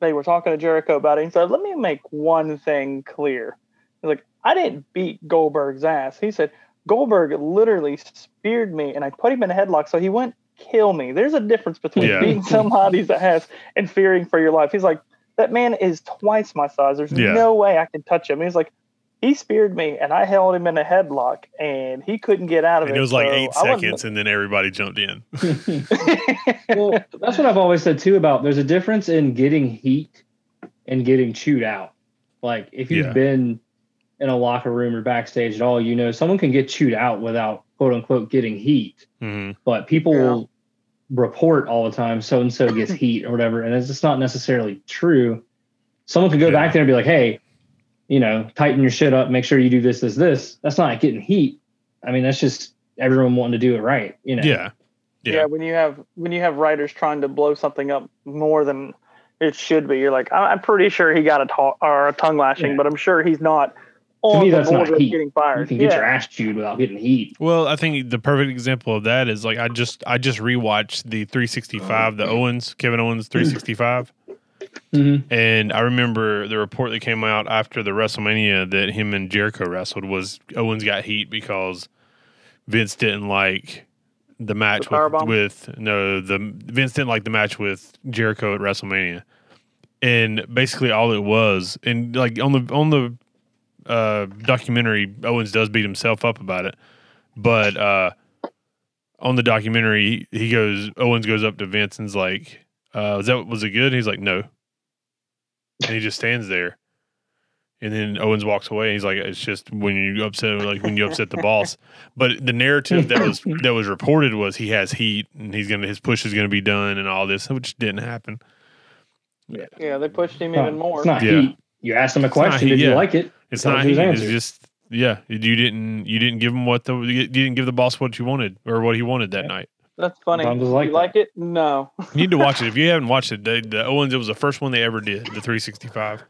Speaker 2: they were talking to Jericho about it. He said, let me make one thing clear. He's like, I didn't beat Goldberg's ass. He said, Goldberg literally speared me and I put him in a headlock so he wouldn't kill me. There's a difference between
Speaker 1: Yeah.
Speaker 2: beating somebody's ass and fearing for your life. He's like, that man is twice my size. There's
Speaker 1: Yeah.
Speaker 2: no way I can touch him. He's like, he speared me and I held him in a headlock and he couldn't get out of
Speaker 1: and
Speaker 2: it.
Speaker 1: it was like
Speaker 2: so
Speaker 1: eight
Speaker 2: I wasn't-
Speaker 1: seconds, and then everybody jumped in.
Speaker 3: *laughs* well, that's what I've always said too about there's a difference in getting heat and getting chewed out. Like if you've
Speaker 1: Yeah.
Speaker 3: been in a locker room or backstage at all, you know someone can get chewed out without quote unquote getting heat.
Speaker 1: hmm
Speaker 3: but people
Speaker 2: Yeah.
Speaker 3: will report all the time so and
Speaker 2: *laughs*
Speaker 3: so gets heat or whatever and it's just not necessarily true someone could go
Speaker 1: Yeah.
Speaker 3: back there and be like hey you know tighten your shit up make sure you do this this this that's not getting heat i mean that's just everyone wanting to do it right you know
Speaker 1: Yeah,
Speaker 2: yeah.
Speaker 1: Yeah.
Speaker 2: when you have when you have writers trying to blow something up more than it should be you're like I- i'm pretty sure he got a ta- or a tongue lashing
Speaker 3: Yeah.
Speaker 2: but i'm sure he's not on
Speaker 3: me,
Speaker 2: the
Speaker 3: that's not
Speaker 2: border of
Speaker 3: heat.
Speaker 2: getting fired
Speaker 3: you can get
Speaker 2: yeah.
Speaker 3: your ass chewed without getting heat
Speaker 1: Well, I think the perfect example of that is like I just I just rewatched the 365,
Speaker 2: Mm-hmm.
Speaker 1: the Owens, Kevin Owens 365, and I remember the report that came out after the WrestleMania that him and Jericho wrestled was Owens got heat because Vince didn't like the match
Speaker 2: The powerbomb?
Speaker 1: with, with no the Vince didn't like the match with Jericho at WrestleMania, and basically all it was and like on the on the uh, documentary Owens does beat himself up about it, but uh, on the documentary he he goes Owens goes up to Vince and's like, uh, "Was that was it good?" he's like, "No," and he just stands there, and then Owens walks away. he's like, "It's just when you upset like when you upset the boss." But the narrative that was that was reported was he has heat and he's gonna his push is gonna be done and all this, which didn't happen.
Speaker 2: yeah they pushed him
Speaker 3: It's not-
Speaker 2: even more
Speaker 3: it's not
Speaker 1: Yeah.
Speaker 3: heat you asked them a
Speaker 1: not
Speaker 3: question
Speaker 1: heat,
Speaker 3: did
Speaker 1: yeah.
Speaker 3: you like it
Speaker 1: It's
Speaker 3: That
Speaker 1: not
Speaker 3: was his
Speaker 1: heat. It's
Speaker 3: answer.
Speaker 1: just yeah. You didn't you didn't give him what the you didn't give the boss what you wanted or what he wanted that
Speaker 3: Yeah.
Speaker 1: night.
Speaker 2: that's funny
Speaker 3: Bums like
Speaker 2: you
Speaker 3: that.
Speaker 2: like it no
Speaker 3: *laughs*
Speaker 1: You need to watch it if you haven't watched it. They, the Owens it was the first one they ever did the
Speaker 2: *coughs*
Speaker 1: 365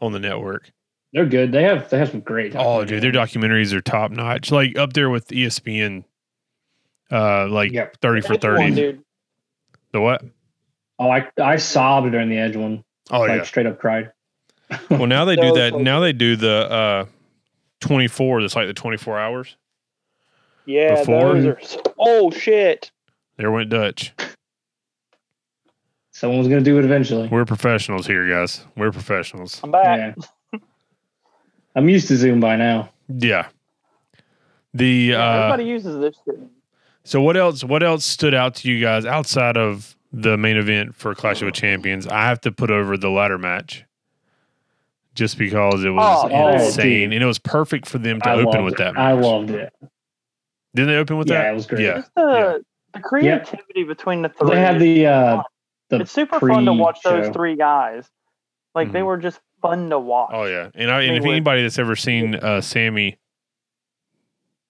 Speaker 1: on the network.
Speaker 3: they're good they have they have some great
Speaker 1: Oh dude, their
Speaker 3: documentaries.
Speaker 1: documentaries are top notch. Like up there with E ESPN. Uh, like
Speaker 3: Yep.
Speaker 1: thirty for
Speaker 2: That's one,
Speaker 1: thirty.
Speaker 2: dude
Speaker 1: the what?
Speaker 3: oh i i sobbed during the edge one
Speaker 1: Oh
Speaker 3: like
Speaker 1: yeah.
Speaker 3: straight up cried
Speaker 1: Well, now they
Speaker 2: *laughs*
Speaker 1: do
Speaker 2: Those
Speaker 1: that.
Speaker 2: ones.
Speaker 1: Now they do the uh, twenty four. That's like the twenty four hours.
Speaker 2: yeah
Speaker 1: Before-
Speaker 2: those are so- oh shit
Speaker 1: There went Dutch.
Speaker 3: Someone was going to do it eventually.
Speaker 1: We're professionals here, guys. We're professionals.
Speaker 2: I'm back.
Speaker 3: Yeah. I'm used to Zoom by now.
Speaker 1: Yeah. The
Speaker 2: Yeah,
Speaker 1: uh,
Speaker 2: everybody uses this shit.
Speaker 1: so what else? What else stood out to you guys outside of the main event for Clash of the Champions? I have to put over the ladder match, just because it was
Speaker 2: Oh, oh,
Speaker 1: insane
Speaker 3: dude.
Speaker 1: and it was perfect for them to
Speaker 3: I
Speaker 1: open
Speaker 3: loved
Speaker 1: with
Speaker 3: it.
Speaker 1: that.
Speaker 3: I
Speaker 1: match.
Speaker 3: loved it.
Speaker 1: Didn't they open with
Speaker 3: yeah,
Speaker 1: that?
Speaker 3: it was great.
Speaker 1: Yeah.
Speaker 2: Just the, the creativity between the three.
Speaker 3: They had the uh, the
Speaker 2: it's super fun to watch those
Speaker 3: pre-show.
Speaker 2: three guys. Like they
Speaker 3: Mm-hmm.
Speaker 1: Mhm.
Speaker 2: were just fun to watch.
Speaker 1: Oh yeah, and I,
Speaker 2: They
Speaker 1: and if
Speaker 2: were-
Speaker 1: anybody that's ever seen uh, Sammy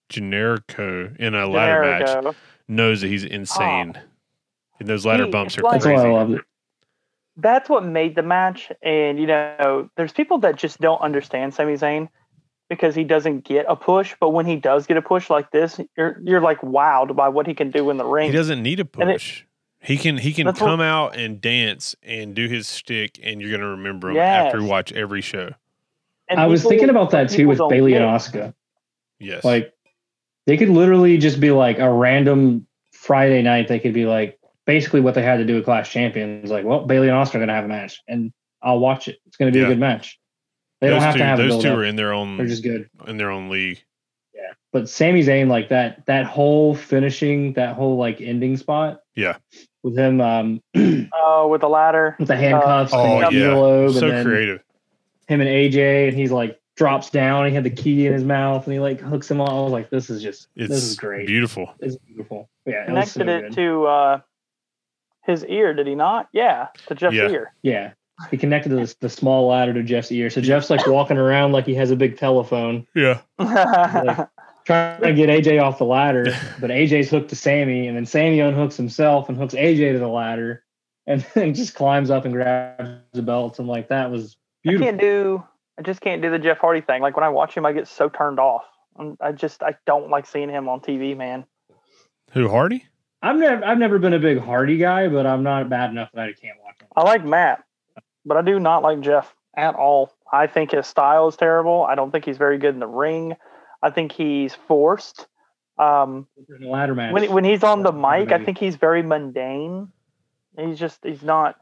Speaker 1: Generico in a ladder
Speaker 2: There we
Speaker 1: match
Speaker 2: go.
Speaker 1: knows that he's insane, and those ladder
Speaker 2: He-
Speaker 1: bumps
Speaker 2: it's
Speaker 1: are
Speaker 2: like-
Speaker 3: That's why
Speaker 1: crazy.
Speaker 3: I loved it.
Speaker 2: That's what made the match. And you know, there's people that just don't understand Sami Zayn because he doesn't get a push. But when he does get a push like this, you're you're like wowed by what he can do in the
Speaker 1: He
Speaker 2: ring.
Speaker 1: doesn't need a
Speaker 2: And it-
Speaker 1: push. he can he can
Speaker 2: That's what-
Speaker 1: come out and dance and do his stick, and you're gonna remember him after you
Speaker 2: Yes.
Speaker 1: watch every show.
Speaker 2: And
Speaker 3: I was
Speaker 2: people-
Speaker 3: thinking about that too
Speaker 2: people
Speaker 3: with
Speaker 2: don't
Speaker 3: Bailey
Speaker 2: get
Speaker 3: and
Speaker 2: it.
Speaker 3: Oscar.
Speaker 1: Yes,
Speaker 3: Like they could literally just be like a random Friday night. They could be like basically what they had to do with Clash Champions. Like, well, Bailey and Oscar are going to have a match, and I'll watch it. It's going to be
Speaker 1: Yeah.
Speaker 3: a good match. They
Speaker 1: those
Speaker 3: don't have
Speaker 1: two,
Speaker 3: to have a
Speaker 1: those
Speaker 3: build
Speaker 1: two
Speaker 3: up.
Speaker 1: are in their own
Speaker 3: They're just good.
Speaker 1: in their own league.
Speaker 3: But Sami Zayn, like that, that whole finishing, that whole like ending spot.
Speaker 1: Yeah.
Speaker 3: With him, um, *clears throat* with
Speaker 2: Oh, with the ladder.
Speaker 3: the handcuffs,
Speaker 1: Oh,
Speaker 3: thing up
Speaker 1: yeah.
Speaker 3: the lobe,
Speaker 1: So
Speaker 3: and then
Speaker 1: creative.
Speaker 3: him and AJ, and he's like drops down. He had the key in his mouth, and he like hooks him on. I was like, this is just,
Speaker 1: It's
Speaker 3: this is great.
Speaker 1: Beautiful.
Speaker 3: It's beautiful. Yeah, it was so
Speaker 2: connected
Speaker 3: good.
Speaker 2: it to uh, his ear, did he not? Yeah, to Jeff's
Speaker 1: Yeah.
Speaker 2: ear. *laughs*
Speaker 3: yeah. He connected the, the small ladder to Jeff's ear. So Jeff's like walking around like he has a big telephone,
Speaker 1: Yeah.
Speaker 3: Like- trying to get AJ off the ladder. But AJ's hooked to Sammy, and then Sammy unhooks himself and hooks AJ to the ladder, and *laughs* then just climbs up and grabs the belts. And like that was
Speaker 2: I
Speaker 3: beautiful.
Speaker 2: can't do. I just can't do the Jeff Hardy thing. Like when I watch him, I get so turned off. I'm, I just I don't like seeing him on TV, man.
Speaker 1: Who Hardy?
Speaker 3: I've never I've never been a big Hardy guy, but I'm not bad enough that I can't watch him.
Speaker 2: I like Matt, but I do not like Jeff at all. I think his style is terrible. I don't think he's very good in the ring. I think he's forced. Um,
Speaker 3: In the ladder match.
Speaker 2: when when he's on the mic, I
Speaker 3: Maybe.
Speaker 2: think he's very mundane. He's just he's not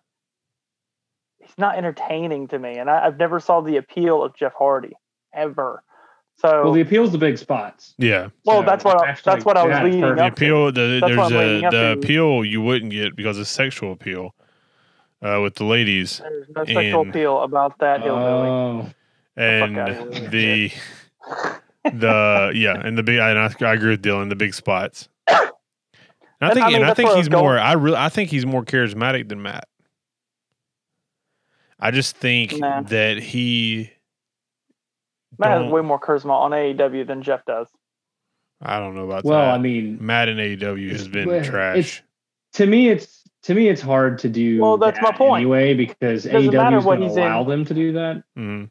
Speaker 2: he's not entertaining to me, and I, I've never saw the appeal of Jeff Hardy ever. So
Speaker 3: well, the appeal's the big spots.
Speaker 1: Yeah.
Speaker 2: Well,
Speaker 3: So
Speaker 2: that's what I,
Speaker 3: actually,
Speaker 2: that's what I was
Speaker 3: yeah,
Speaker 2: leading
Speaker 3: perfect.
Speaker 1: The
Speaker 2: up. to.
Speaker 1: appeal, the,
Speaker 2: That's what
Speaker 1: there's
Speaker 2: I'm leading
Speaker 1: a
Speaker 2: up
Speaker 1: the
Speaker 2: to.
Speaker 1: appeal you wouldn't get because it's sexual appeal uh, with the ladies
Speaker 2: There's no sexual
Speaker 1: and-
Speaker 2: appeal about that hillbilly.
Speaker 3: Oh,
Speaker 1: and
Speaker 2: outta here with that
Speaker 1: the *laughs* the yeah and the big and I, I agree with Dylan the big spots. And I
Speaker 2: And
Speaker 1: think
Speaker 2: I mean,
Speaker 1: and I
Speaker 2: that's
Speaker 1: think
Speaker 2: where I
Speaker 1: he's
Speaker 2: was going.
Speaker 1: more I really I think he's more charismatic than Matt. I just think
Speaker 2: Nah.
Speaker 1: that he
Speaker 2: Matt has
Speaker 1: don't-
Speaker 2: way more charisma on AEW than Jeff does.
Speaker 1: I don't know about
Speaker 3: well,
Speaker 1: that.
Speaker 3: I mean,
Speaker 1: Matt and AEW has
Speaker 3: It's-
Speaker 1: been
Speaker 3: well,
Speaker 1: trash.
Speaker 3: it's- to me, it's to me, it's hard to do.
Speaker 2: Well, that's my
Speaker 3: that
Speaker 2: point.
Speaker 3: Anyway, because
Speaker 2: Doesn't matter
Speaker 3: AEW is
Speaker 2: what
Speaker 3: going to
Speaker 2: he's in.
Speaker 3: allow them to do that.
Speaker 1: Mhm.
Speaker 2: Matt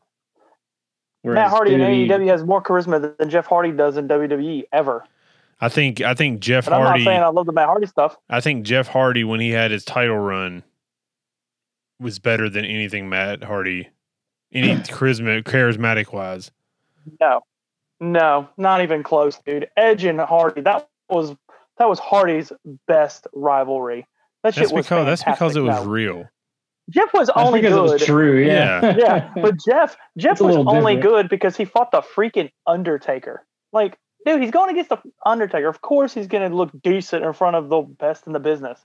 Speaker 3: whereas
Speaker 2: Hardy E in
Speaker 3: WWE
Speaker 2: AEW has more charisma than Jeff Hardy does in WWE ever.
Speaker 1: I think I think Jeff
Speaker 2: And I'm
Speaker 1: Hardy.
Speaker 2: not saying I love the Matt Hardy stuff.
Speaker 1: I think Jeff Hardy, when he had his title run, was better than anything Matt Hardy, any charisma, charismatic wise.
Speaker 2: No, no, not even close, dude. Edge and Hardy that was that was Hardy's best rivalry. That shit
Speaker 1: That's
Speaker 2: was
Speaker 1: because that's because it was
Speaker 2: fantastic. No.
Speaker 1: real.
Speaker 2: Jeff was
Speaker 3: That's
Speaker 2: only
Speaker 3: because
Speaker 2: good.
Speaker 3: it was true.
Speaker 1: *laughs*
Speaker 3: Yeah. *laughs*
Speaker 2: yeah, but Jeff Jeff
Speaker 3: It's a
Speaker 2: was
Speaker 3: little
Speaker 2: only good
Speaker 3: different.
Speaker 2: because he fought the freaking Undertaker. Like, dude, he's going against the Undertaker. Of course, he's going to look decent in front of the best in the business.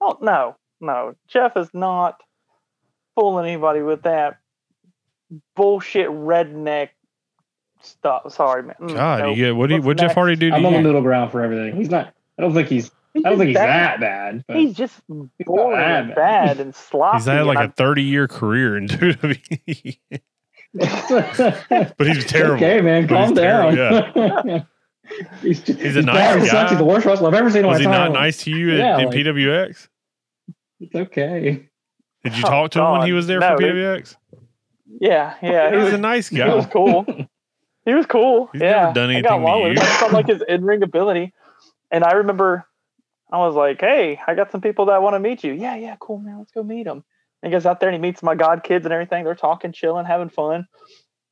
Speaker 2: Oh no, no, Jeff is not fooling anybody with that bullshit redneck stuff. Sorry, man. Mm,
Speaker 1: God,
Speaker 2: no.
Speaker 1: you get what do you,
Speaker 2: What's
Speaker 1: what Jeff
Speaker 2: next?
Speaker 1: Hardy do? To
Speaker 3: I'm on the
Speaker 1: you?
Speaker 3: middle ground for everything. He's not. I don't think he's. I don't
Speaker 2: just
Speaker 3: think he's
Speaker 2: bad.
Speaker 3: that bad. But
Speaker 2: He's just
Speaker 3: not
Speaker 2: boring
Speaker 3: that
Speaker 2: and
Speaker 3: bad.
Speaker 2: bad and sloppy.
Speaker 1: He's had
Speaker 2: and
Speaker 1: like
Speaker 2: I-
Speaker 1: a 30 year career in *laughs* WWE,
Speaker 3: *laughs* It's
Speaker 1: but he's terrible.
Speaker 3: Okay, man,
Speaker 1: But he's
Speaker 3: calm down. *laughs* he's, just,
Speaker 1: He's a nice
Speaker 3: bad. He
Speaker 1: guy.
Speaker 3: sucks. He's the worst wrestler I've ever seen in
Speaker 1: Was
Speaker 3: my
Speaker 1: he
Speaker 3: time.
Speaker 1: not nice to you at-
Speaker 3: Yeah,
Speaker 1: in
Speaker 3: like-
Speaker 1: PWX?
Speaker 3: It's okay.
Speaker 1: Did you
Speaker 2: Oh,
Speaker 1: talk to him when he
Speaker 2: God.
Speaker 1: was there
Speaker 2: No,
Speaker 1: for
Speaker 2: dude.
Speaker 1: PWX?
Speaker 2: yeah,
Speaker 3: *laughs*
Speaker 2: yeah.
Speaker 1: He was a nice
Speaker 3: Yeah.
Speaker 2: He was *laughs*
Speaker 1: guy. *laughs*
Speaker 2: cool. He was cool.
Speaker 1: He's never
Speaker 2: yeah.
Speaker 1: done
Speaker 2: I
Speaker 1: anything
Speaker 2: got
Speaker 1: to
Speaker 2: along with him.
Speaker 1: you.
Speaker 2: I just don't like
Speaker 1: *laughs*
Speaker 2: his in ring ability. And I remember I was like, hey, I got some people that want to meet you. Yeah, yeah, cool, man. Let's go meet them. And he goes out there and he meets my god kids and everything. They're talking, chilling, having fun.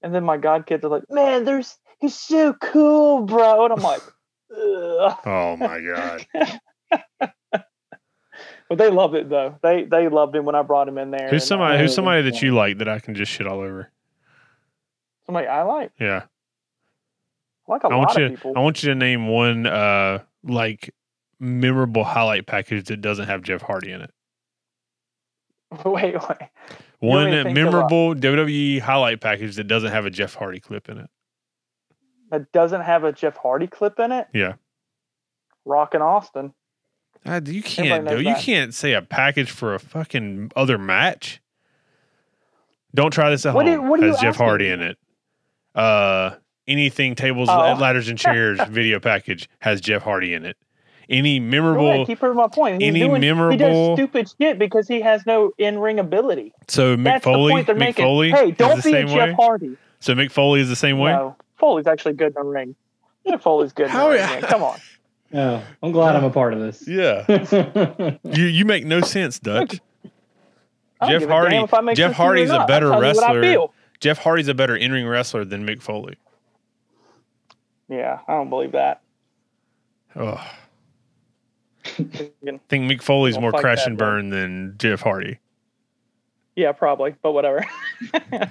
Speaker 2: And then my god kids are like, man, there's he's so cool, bro. And I'm like, Ugh.
Speaker 1: Oh my god.
Speaker 2: But they loved it though. They they loved him when I brought him in there.
Speaker 1: Who's
Speaker 2: and
Speaker 1: somebody?
Speaker 2: I-
Speaker 1: Who's somebody that you like that I can just shit all over?
Speaker 2: somebody I like?
Speaker 1: Yeah,
Speaker 2: I like a
Speaker 1: I
Speaker 2: lot
Speaker 1: want you.
Speaker 2: of people.
Speaker 1: I want you to name one uh like memorable highlight package that doesn't have Jeff Hardy in it.
Speaker 2: *laughs* wait, wait. You want
Speaker 1: One
Speaker 2: me to think of a-
Speaker 1: memorable WWE highlight package that doesn't have a Jeff Hardy clip in it.
Speaker 2: That doesn't have a Jeff Hardy clip in it.
Speaker 1: Yeah.
Speaker 2: Rock and Austin.
Speaker 1: God, Ah, you can't
Speaker 2: knows
Speaker 1: do. You
Speaker 2: that.
Speaker 1: can't say a package for a fucking other match. Don't try this at
Speaker 2: What do-
Speaker 1: home.
Speaker 2: what are you
Speaker 1: has Jeff
Speaker 2: asking
Speaker 1: Hardy
Speaker 2: me?
Speaker 1: in it? Uh, anything tables,
Speaker 2: Oh.
Speaker 1: ladders, and chairs
Speaker 2: *laughs*
Speaker 1: video package has Jeff Hardy in it. Any
Speaker 2: Go
Speaker 1: memorable
Speaker 2: ahead, keep proving my point. He's
Speaker 1: any
Speaker 2: doing, He
Speaker 1: memorable-
Speaker 2: does stupid shit because he has no in ring ability.
Speaker 1: So
Speaker 2: That's the
Speaker 1: McFoley,
Speaker 2: point they're making.
Speaker 1: McFoley,
Speaker 2: hey,
Speaker 1: is
Speaker 2: don't
Speaker 1: the
Speaker 2: be a
Speaker 1: same
Speaker 2: Jeff
Speaker 1: way.
Speaker 2: Hardy.
Speaker 1: So McFoley is the same way.
Speaker 2: No, Foley's actually good in the ring. Yeah, Foley's good.
Speaker 1: How- *laughs*
Speaker 2: in the ring, man. Come on.
Speaker 3: Oh, I'm glad I'm a part of *laughs* this.
Speaker 1: Yeah, you you make no sense, Dutch.
Speaker 2: I don't
Speaker 1: Jeff
Speaker 2: give a
Speaker 1: Hardy-
Speaker 2: damn if I make
Speaker 1: Jeff
Speaker 2: sense to you
Speaker 1: Hardy's
Speaker 2: or
Speaker 1: a
Speaker 2: not.
Speaker 1: better
Speaker 2: I'm telling you what I
Speaker 1: wrestler.
Speaker 2: feel.
Speaker 1: Jeff Hardy's a better in-ring wrestler than McFoley.
Speaker 2: Yeah, I don't believe that.
Speaker 1: Oh, I think McFoley's
Speaker 2: Well,
Speaker 1: more
Speaker 2: fuck
Speaker 1: crash
Speaker 2: that,
Speaker 1: and
Speaker 2: bro.
Speaker 1: burn than Jeff Hardy.
Speaker 2: Yeah, probably, but whatever. *laughs*
Speaker 3: I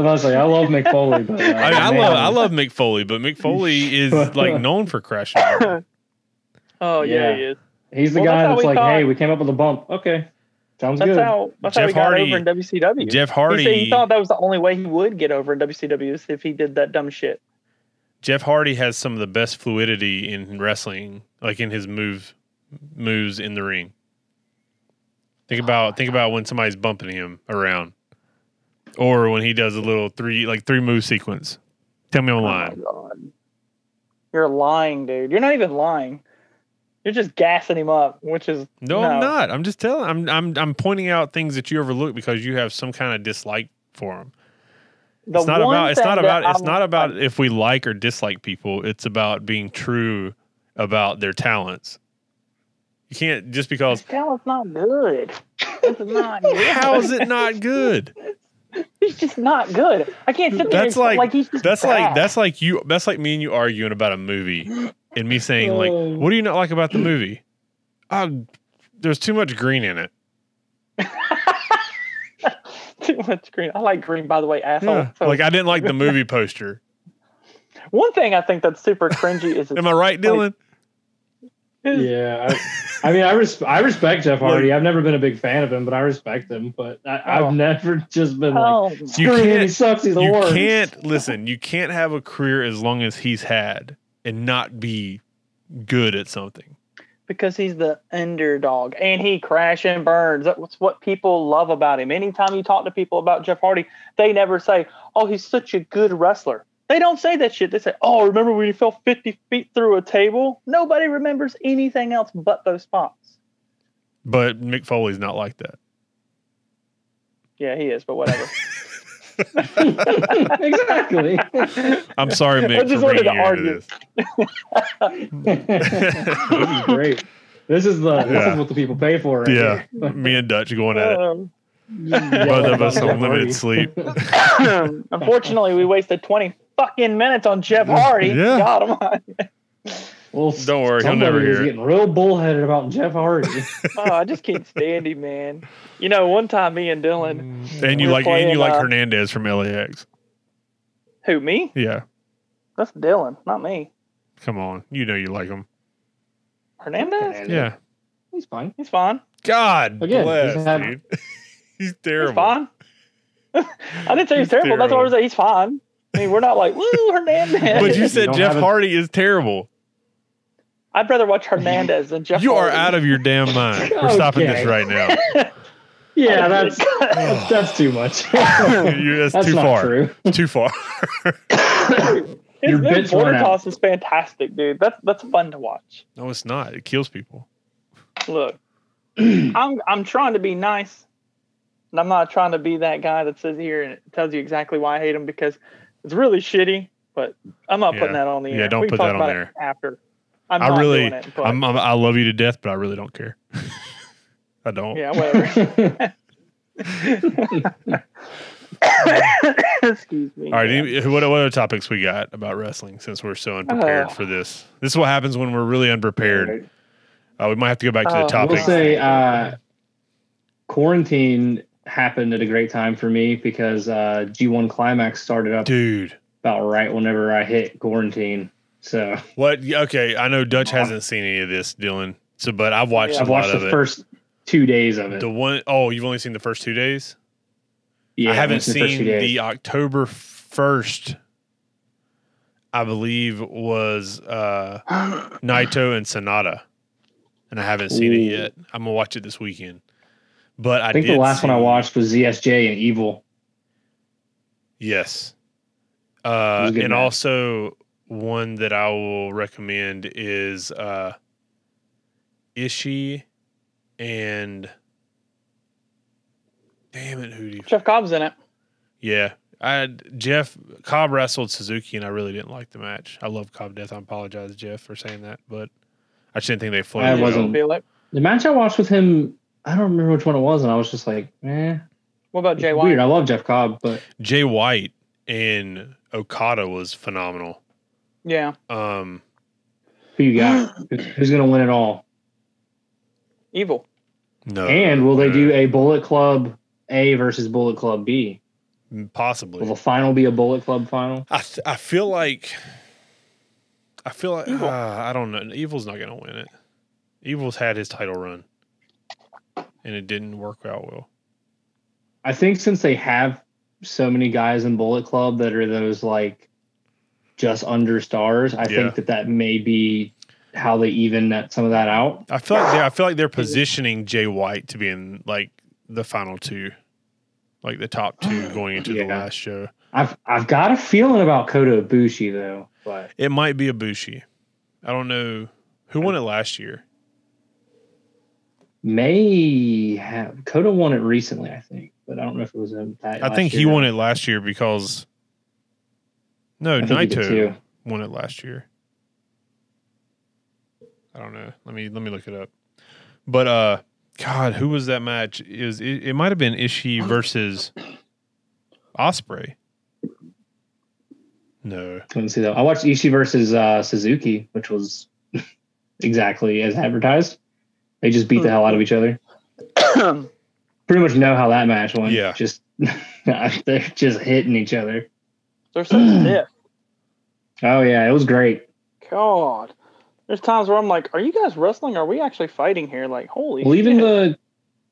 Speaker 3: was like, I love McFoley, but
Speaker 1: *laughs*
Speaker 3: uh,
Speaker 1: I, mean, I
Speaker 3: man,
Speaker 1: love I love McFoley, but McFoley is like known for crash and burn.
Speaker 2: Oh yeah,
Speaker 3: Yeah.
Speaker 2: he is.
Speaker 3: He's the
Speaker 2: Well, that's
Speaker 3: guy
Speaker 2: how
Speaker 3: that's
Speaker 2: we
Speaker 3: like,
Speaker 2: thought-
Speaker 3: hey, we came up with a bump. Okay, sounds
Speaker 2: That's
Speaker 3: good.
Speaker 2: how that's how
Speaker 1: Jeff
Speaker 2: he got
Speaker 1: Hardy-
Speaker 2: over in WCW.
Speaker 1: Jeff
Speaker 2: he said
Speaker 1: Hardy
Speaker 2: he thought that was the only way he would get over in WCW is if he did that dumb shit.
Speaker 1: Jeff Hardy has some of the best fluidity in wrestling, like in his moves moves in the ring. Think
Speaker 2: Oh
Speaker 1: about think about when somebody's bumping him around, or when he does a little three like three move sequence. Tell me I'm lying.
Speaker 2: Oh, my God. You're lying, dude. You're not even lying. You're just gassing him up, which is
Speaker 1: No, I'm
Speaker 2: no.
Speaker 1: not. I'm just telling. I'm I'm I'm pointing out things that you overlook because you have some kind of dislike for him.
Speaker 2: the
Speaker 1: it's not
Speaker 2: one
Speaker 1: about. It's
Speaker 2: thing
Speaker 1: not
Speaker 2: that
Speaker 1: about.
Speaker 2: I
Speaker 1: It's
Speaker 2: would-
Speaker 1: not about if we like or dislike people. It's about being true about their talents. You can't just because
Speaker 2: His talent's not good.
Speaker 1: *laughs*
Speaker 2: It's not good.
Speaker 1: How is it not good?
Speaker 2: He's just not good. I can't sit there.
Speaker 1: That's
Speaker 2: and-
Speaker 1: like-
Speaker 2: he's just
Speaker 1: That's like
Speaker 2: bad.
Speaker 1: that's like you that's like me and you arguing about a movie and me saying like,
Speaker 3: Oh.
Speaker 1: what do you not like about the movie? Uh, there's too much green in it.
Speaker 2: *laughs* too much green. I like green, by the way, asshole.
Speaker 1: Yeah.
Speaker 2: So
Speaker 1: Like I didn't like the movie poster.
Speaker 2: one thing I think that's super cringy
Speaker 1: *laughs*
Speaker 2: is
Speaker 1: Am I right, Dylan?
Speaker 2: his,
Speaker 3: Yeah, I, I mean, I res- I respect Jeff Hardy. I've never been a big fan of him, but I respect him. But I,
Speaker 2: Oh.
Speaker 3: I've never just been like,
Speaker 2: oh,
Speaker 1: You
Speaker 3: screw him, he
Speaker 1: can't-
Speaker 3: sucks, he's the
Speaker 1: You
Speaker 3: worst.
Speaker 1: can't listen, you can't have a career as long as he's had and not be good at something.
Speaker 2: because he's the underdog and he crash and burns. That's what people love about him. Anytime you talk to people about Jeff Hardy, they never say, "Oh, he's such a good wrestler." They don't say that shit. They say, "Oh, remember when he fell fifty feet through a table?" Nobody remembers anything else but those spots.
Speaker 1: But Mick Foley's not like that.
Speaker 2: Yeah, he is,
Speaker 1: *laughs*
Speaker 2: but whatever.
Speaker 3: *laughs* exactly.
Speaker 1: I'm sorry, Mick,
Speaker 2: just
Speaker 1: for
Speaker 2: wanted
Speaker 1: bringing
Speaker 2: to
Speaker 1: you into
Speaker 2: argue.
Speaker 1: this.
Speaker 3: this is great. This is the this
Speaker 1: Yeah.
Speaker 3: is what the people pay for. Right
Speaker 1: *laughs* Yeah,
Speaker 3: here.
Speaker 1: me and Dutch going at it.
Speaker 2: Um,
Speaker 1: Both of us
Speaker 3: Jeff
Speaker 1: on
Speaker 3: Hardy.
Speaker 1: limited sleep.
Speaker 2: Um, *clears throat* Unfortunately, we wasted 20 fucking minutes on Jeff
Speaker 1: *laughs*
Speaker 2: Hardy.
Speaker 1: Yeah.
Speaker 2: God almighty.
Speaker 3: Well,
Speaker 1: Don't worry, he'll
Speaker 3: somebody
Speaker 1: never
Speaker 3: was
Speaker 1: hear it.
Speaker 3: getting real bullheaded about Jeff Hardy.
Speaker 2: Oh, I just can't stand him, man. You know, one time me and Dylan,
Speaker 1: *laughs* And you
Speaker 2: We're
Speaker 1: like and
Speaker 2: playing,
Speaker 1: you like
Speaker 2: uh,
Speaker 1: Hernandez from LAX.
Speaker 2: who, me?
Speaker 1: Yeah.
Speaker 2: That's Dylan, not me.
Speaker 1: Come on. You know you like him.
Speaker 2: Hernandez?
Speaker 1: Yeah.
Speaker 3: he's fine.
Speaker 2: He's fine.
Speaker 1: God
Speaker 3: Again,
Speaker 1: bless,
Speaker 3: he's had-
Speaker 2: *laughs*
Speaker 1: dude. he's
Speaker 2: He's
Speaker 1: terrible.
Speaker 2: fine. I didn't say he's
Speaker 1: He's
Speaker 2: terrible. That's why I
Speaker 1: terrible.
Speaker 2: was like, he's fine. I mean, we're not
Speaker 1: *laughs*
Speaker 2: like, woo, Hernandez.
Speaker 1: But you
Speaker 3: You
Speaker 1: said
Speaker 3: don't
Speaker 1: Jeff
Speaker 3: have a-
Speaker 1: Hardy is terrible.
Speaker 2: I'd rather watch Hernandez than Jeff
Speaker 1: you are
Speaker 2: Hardy.
Speaker 1: out of your damn mind.
Speaker 2: *laughs*
Speaker 1: We're stopping this
Speaker 3: Okay.
Speaker 1: right now. Oh,
Speaker 3: Yeah, that's
Speaker 2: *laughs*
Speaker 3: that's too
Speaker 1: *laughs*
Speaker 3: much. that's
Speaker 1: You- that's, too
Speaker 3: not
Speaker 1: far.
Speaker 3: true.
Speaker 1: Too far. *laughs*
Speaker 2: His
Speaker 3: Your
Speaker 2: move,
Speaker 3: bit's
Speaker 2: border
Speaker 3: run out.
Speaker 2: toss is fantastic, dude. That's that's fun to watch.
Speaker 1: no, it's not. It kills people.
Speaker 3: *clears throat*
Speaker 2: Look, I'm I'm trying to be nice, and I'm not trying to be that guy that sits here and tells you exactly why I hate him because it's really shitty. But I'm not
Speaker 1: Yeah.
Speaker 2: putting that on the
Speaker 1: Yeah,
Speaker 2: air.
Speaker 1: don't
Speaker 2: We can
Speaker 1: put
Speaker 2: talk
Speaker 1: that on
Speaker 2: about it
Speaker 1: there.
Speaker 2: after. I'm
Speaker 1: I
Speaker 2: not
Speaker 1: really-
Speaker 2: doing it, but,
Speaker 1: I'm, I'm I love you to death, but I really don't care. *laughs* I don't.
Speaker 2: yeah,
Speaker 1: *laughs*
Speaker 2: whatever. *laughs* Excuse me.
Speaker 1: All right.
Speaker 2: Yeah.
Speaker 1: any- What, what other topics we got about wrestling since we're so unprepared
Speaker 2: Oh.
Speaker 3: *laughs*
Speaker 1: for this? This is what happens when we're really unprepared. Uh, we might have to go back to the
Speaker 2: Uh,
Speaker 1: topic.
Speaker 3: We'll say uh, quarantine happened at a great time for me because uh, G1 Climax started up
Speaker 1: Dude,
Speaker 3: about right whenever I hit quarantine. So
Speaker 1: what? Okay, I know Dutch hasn't seen any of this, Dylan. So, but I've watched
Speaker 2: Yeah,
Speaker 1: a
Speaker 3: I've
Speaker 1: lot
Speaker 3: watched
Speaker 1: of
Speaker 3: the
Speaker 1: it.
Speaker 3: first two days of it.
Speaker 1: the one oh, you've only seen the first two days.
Speaker 3: yeah,
Speaker 1: I haven't
Speaker 3: watched the first
Speaker 1: seen
Speaker 3: two days.
Speaker 1: the October first. I believe was uh,
Speaker 3: *gasps*
Speaker 1: Naito and Sonata, and I haven't seen
Speaker 3: Ooh.
Speaker 1: it yet. I'm gonna watch it this weekend. But I,
Speaker 3: I think
Speaker 1: did
Speaker 3: the last one I
Speaker 1: see-
Speaker 3: watched was ZSJ and Evil.
Speaker 1: Yes.
Speaker 3: was
Speaker 1: Uh,
Speaker 3: a
Speaker 1: and
Speaker 3: good match.
Speaker 1: also one that I will recommend is uh, Ishii and damn it, who do you?
Speaker 2: Jeff Cobb's in it.
Speaker 1: Yeah, I Jeff Cobb wrestled Suzuki, and I really didn't like the match. I love Cobb Death. I apologize, Jeff, for saying that, but I just didn't think they flowed.
Speaker 3: I
Speaker 1: well.
Speaker 3: wasn't-
Speaker 2: Feel it.
Speaker 3: The match I watched with him, I don't remember which one it was, and I was just like, eh.
Speaker 2: What about
Speaker 3: it's
Speaker 2: Jay
Speaker 3: Weird. I
Speaker 2: White?
Speaker 3: love Jeff Cobb, but
Speaker 1: Jay White and Okada was phenomenal.
Speaker 2: Yeah.
Speaker 1: Um,
Speaker 3: who you got? Who's- Who's going to win it all? *clears throat*
Speaker 2: Evil.
Speaker 1: no,
Speaker 3: And will they do
Speaker 1: uh,
Speaker 3: a Bullet Club A versus Bullet Club B?
Speaker 1: possibly?
Speaker 3: Will the final be a Bullet Club final?
Speaker 1: I th- I feel like I feel like
Speaker 2: Evil.
Speaker 1: uh, I don't know. Evil's not gonna win it. Evil's had his title run, and it didn't work out well.
Speaker 3: I think since they have so many guys in Bullet Club that are those like just under stars, I
Speaker 1: Yeah.
Speaker 3: think that that may be how they even that, some of that out.
Speaker 1: I feel like they're, I feel like they're positioning Jay White to be in like the final two, like the top
Speaker 3: *gasps*
Speaker 1: two going into the
Speaker 3: Yeah.
Speaker 1: last show.
Speaker 3: I've I've got a feeling about Kota Ibushi though, but
Speaker 1: It might be Ibushi. I don't know who won it last year.
Speaker 3: may have Kota won it recently, I think, but I don't know if it was him. That
Speaker 1: I
Speaker 3: last
Speaker 1: think he
Speaker 3: year.
Speaker 1: won it last year because no,
Speaker 3: I think he did,
Speaker 1: Naito
Speaker 3: too.
Speaker 1: won it last year. I don't know. Let me let me look it up. But uh God, who was that match? Is it, it might have been Ishii versus Osprey? No.
Speaker 3: Let me see though. I watched Ishii versus uh, Suzuki, which was *laughs* exactly as advertised. They just
Speaker 1: Hmm.
Speaker 3: beat the hell out of each other. Pretty much know how that match went.
Speaker 1: Yeah.
Speaker 3: just *laughs* they're just hitting each other.
Speaker 2: They're so stiff.
Speaker 3: Oh yeah, it was great.
Speaker 2: God. There's times where I'm like, are you guys wrestling? Are we actually fighting here? Like, holy
Speaker 3: Well, even
Speaker 2: shit.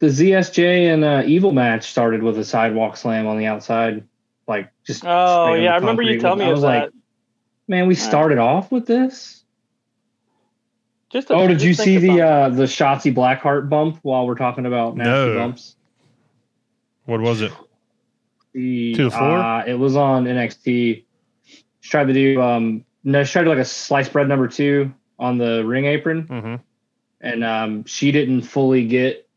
Speaker 3: the the ZSJ and uh, Evil match started with a sidewalk slam on the outside, like just.
Speaker 2: Oh
Speaker 3: straight on
Speaker 2: yeah,
Speaker 3: the
Speaker 2: I remember you
Speaker 3: concrete.
Speaker 2: telling me
Speaker 3: I was
Speaker 2: about
Speaker 3: like,
Speaker 2: that.
Speaker 3: man, we started off with this.
Speaker 2: Just to-
Speaker 3: Oh, did
Speaker 2: just
Speaker 3: you
Speaker 2: think
Speaker 3: see the
Speaker 2: about
Speaker 3: uh, the Shotzi Blackheart bump while we're talking about nasty
Speaker 1: No.
Speaker 3: bumps?
Speaker 1: What was it?
Speaker 3: The,
Speaker 1: To the floor?
Speaker 3: Uh, it was on NXT. She tried to do um, no, she tried to do like a sliced bread number two on the ring apron.
Speaker 1: Mm-hmm.
Speaker 3: and um, she didn't fully get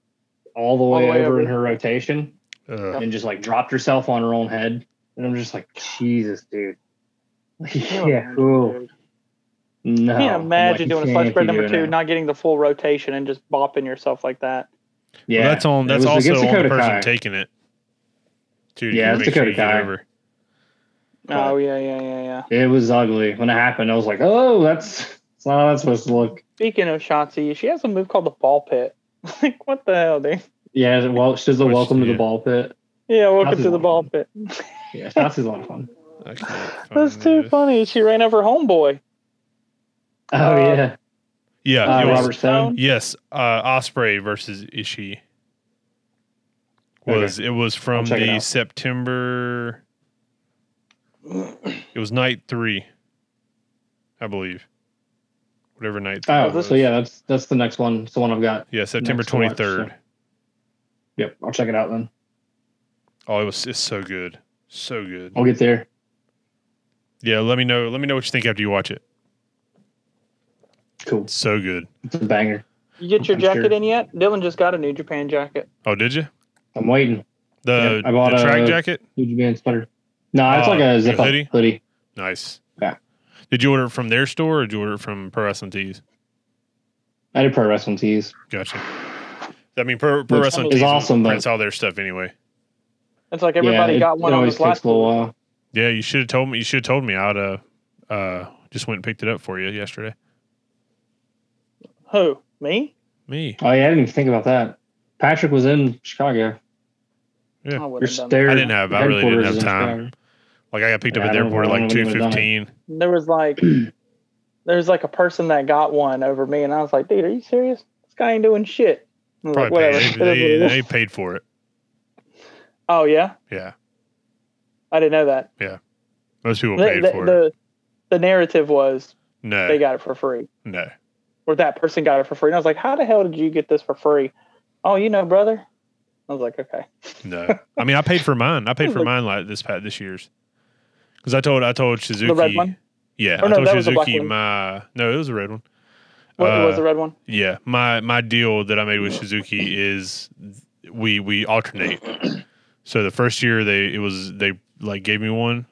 Speaker 3: all the way,
Speaker 2: the way
Speaker 3: over,
Speaker 2: over.
Speaker 3: in her rotation
Speaker 1: Uh,
Speaker 3: and just like dropped herself on her own head. And I'm just like, Jesus, dude.
Speaker 2: it.
Speaker 3: yeah, cool. No.
Speaker 2: I can't imagine
Speaker 3: Like,
Speaker 2: doing a
Speaker 3: you
Speaker 2: slice
Speaker 3: can't
Speaker 2: bread
Speaker 3: keep
Speaker 2: number two,
Speaker 3: doing that.
Speaker 2: not getting the full rotation and just bopping yourself like that.
Speaker 3: Yeah,
Speaker 1: well, that's on.
Speaker 3: It
Speaker 1: That's
Speaker 3: was
Speaker 1: also
Speaker 3: against
Speaker 1: on the
Speaker 3: Dakota
Speaker 1: person
Speaker 3: Kai.
Speaker 1: taking it. Too, to
Speaker 3: Yeah,
Speaker 1: make
Speaker 3: it's
Speaker 1: sure
Speaker 3: Dakota
Speaker 1: you get
Speaker 3: Kai.
Speaker 1: over.
Speaker 2: Oh yeah, yeah, yeah, yeah.
Speaker 3: It was ugly when it happened. I was like, oh, that's that's not how that's supposed to look.
Speaker 2: Speaking of Shotzi, she has a move called the ball pit. *laughs* like what the hell, dude?
Speaker 3: Yeah, well, she does the
Speaker 1: Which-
Speaker 3: welcome to
Speaker 1: yeah.
Speaker 3: the ball pit.
Speaker 2: Yeah, welcome
Speaker 3: Shotzi's
Speaker 2: to the
Speaker 3: awesome.
Speaker 2: ball pit.
Speaker 3: Yeah, that's a lot of fun.
Speaker 1: I can't
Speaker 2: That's
Speaker 1: find
Speaker 2: too
Speaker 1: this.
Speaker 2: funny. She ran over homeboy. *laughs*
Speaker 3: Oh
Speaker 2: Uh,
Speaker 3: yeah,
Speaker 1: Yeah,
Speaker 3: uh,
Speaker 1: it was-
Speaker 3: Robert Stone.
Speaker 1: Yes, uh, Osprey versus Ishii
Speaker 3: Okay.
Speaker 1: was it was from
Speaker 3: check it
Speaker 1: the
Speaker 3: out.
Speaker 1: September. It was night three, I believe. Whatever night. three
Speaker 3: Oh,
Speaker 1: was.
Speaker 3: so yeah, that's that's the next one. It's the one I've got.
Speaker 1: yeah, September
Speaker 3: next to watch,
Speaker 1: twenty third.
Speaker 3: so- Yep, I'll check it out then.
Speaker 1: Oh, it was it's so good, so good.
Speaker 3: I'll get there.
Speaker 1: Yeah, let me know. Let me know what you think after you watch it.
Speaker 3: Cool,
Speaker 1: It's so good.
Speaker 3: it's a banger.
Speaker 2: You get your
Speaker 3: I'm
Speaker 2: jacket
Speaker 3: sure.
Speaker 2: in yet? Dylan just got a New Japan jacket.
Speaker 1: Oh, did you
Speaker 3: I'm waiting.
Speaker 1: the,
Speaker 3: Yeah, I bought
Speaker 1: the
Speaker 3: a-
Speaker 1: track jacket?
Speaker 3: New Japan sweater. No, it's
Speaker 1: Oh,
Speaker 3: like a
Speaker 1: a
Speaker 3: zip up
Speaker 1: hoodie?
Speaker 3: hoodie.
Speaker 1: Nice.
Speaker 3: Yeah.
Speaker 1: Did you order it from their store or did you order it from Pro Wrestling Tees?
Speaker 3: I did pro wrestling tees.
Speaker 1: Gotcha. I mean, Pro, pro
Speaker 3: Which
Speaker 1: Wrestling
Speaker 3: is
Speaker 1: Tees
Speaker 3: awesome, but-
Speaker 1: prints all their stuff anyway.
Speaker 2: It's like everybody
Speaker 3: yeah, it-
Speaker 2: got one
Speaker 3: It
Speaker 2: on
Speaker 3: always
Speaker 2: this
Speaker 3: takes
Speaker 2: last
Speaker 3: a little while.
Speaker 1: Yeah, you should have told me. You should have told me. I'd uh, uh, just went and picked it up for you yesterday.
Speaker 2: Who? Me?
Speaker 1: Me.
Speaker 3: Oh yeah, I didn't even think about that. Patrick was in Chicago.
Speaker 1: Yeah.
Speaker 2: I
Speaker 3: Your
Speaker 2: wouldn't have done
Speaker 3: their
Speaker 1: I didn't have- I really didn't
Speaker 3: headquarters
Speaker 1: have
Speaker 3: is in
Speaker 1: time.
Speaker 3: Chicago.
Speaker 1: Like I got picked
Speaker 3: Yeah,
Speaker 1: up at
Speaker 3: I
Speaker 1: the
Speaker 3: don't
Speaker 1: airport at
Speaker 3: know
Speaker 1: like
Speaker 3: when you
Speaker 1: two
Speaker 3: would've done it.
Speaker 1: fifteen.
Speaker 2: that. There was
Speaker 3: *clears throat*
Speaker 2: like there was like a person that got one over me, and I was like, dude, are you serious? This guy ain't doing shit. I was like,
Speaker 1: Probably
Speaker 2: whatever.
Speaker 1: paid.
Speaker 2: *laughs*
Speaker 1: They,
Speaker 2: It is what it
Speaker 3: *laughs*
Speaker 1: they,
Speaker 2: is.
Speaker 1: they paid for it.
Speaker 2: oh yeah,
Speaker 1: Yeah,
Speaker 2: I didn't know that.
Speaker 1: most people
Speaker 2: The,
Speaker 1: paid
Speaker 2: the,
Speaker 1: for it.
Speaker 2: the, the narrative was
Speaker 1: No,
Speaker 2: they got it for free,
Speaker 1: no.
Speaker 2: or that person got it for free, and I was like, how the hell did you get this for free? Oh, you know, brother. I was like, okay.
Speaker 1: No, I mean I paid for mine. I paid for
Speaker 2: Look.
Speaker 1: mine like this past this year's because I told I told Suzuki.
Speaker 2: The red one.
Speaker 1: Yeah,
Speaker 2: Oh,
Speaker 1: I
Speaker 2: no,
Speaker 1: told
Speaker 2: that was the black
Speaker 1: Suzuki
Speaker 2: one.
Speaker 1: my no, it was a red one.
Speaker 2: What
Speaker 1: Uh,
Speaker 2: was the red one?
Speaker 1: Yeah, my my deal that I made with Suzuki is we we alternate. *clears throat* So the first year they it was they like gave me one,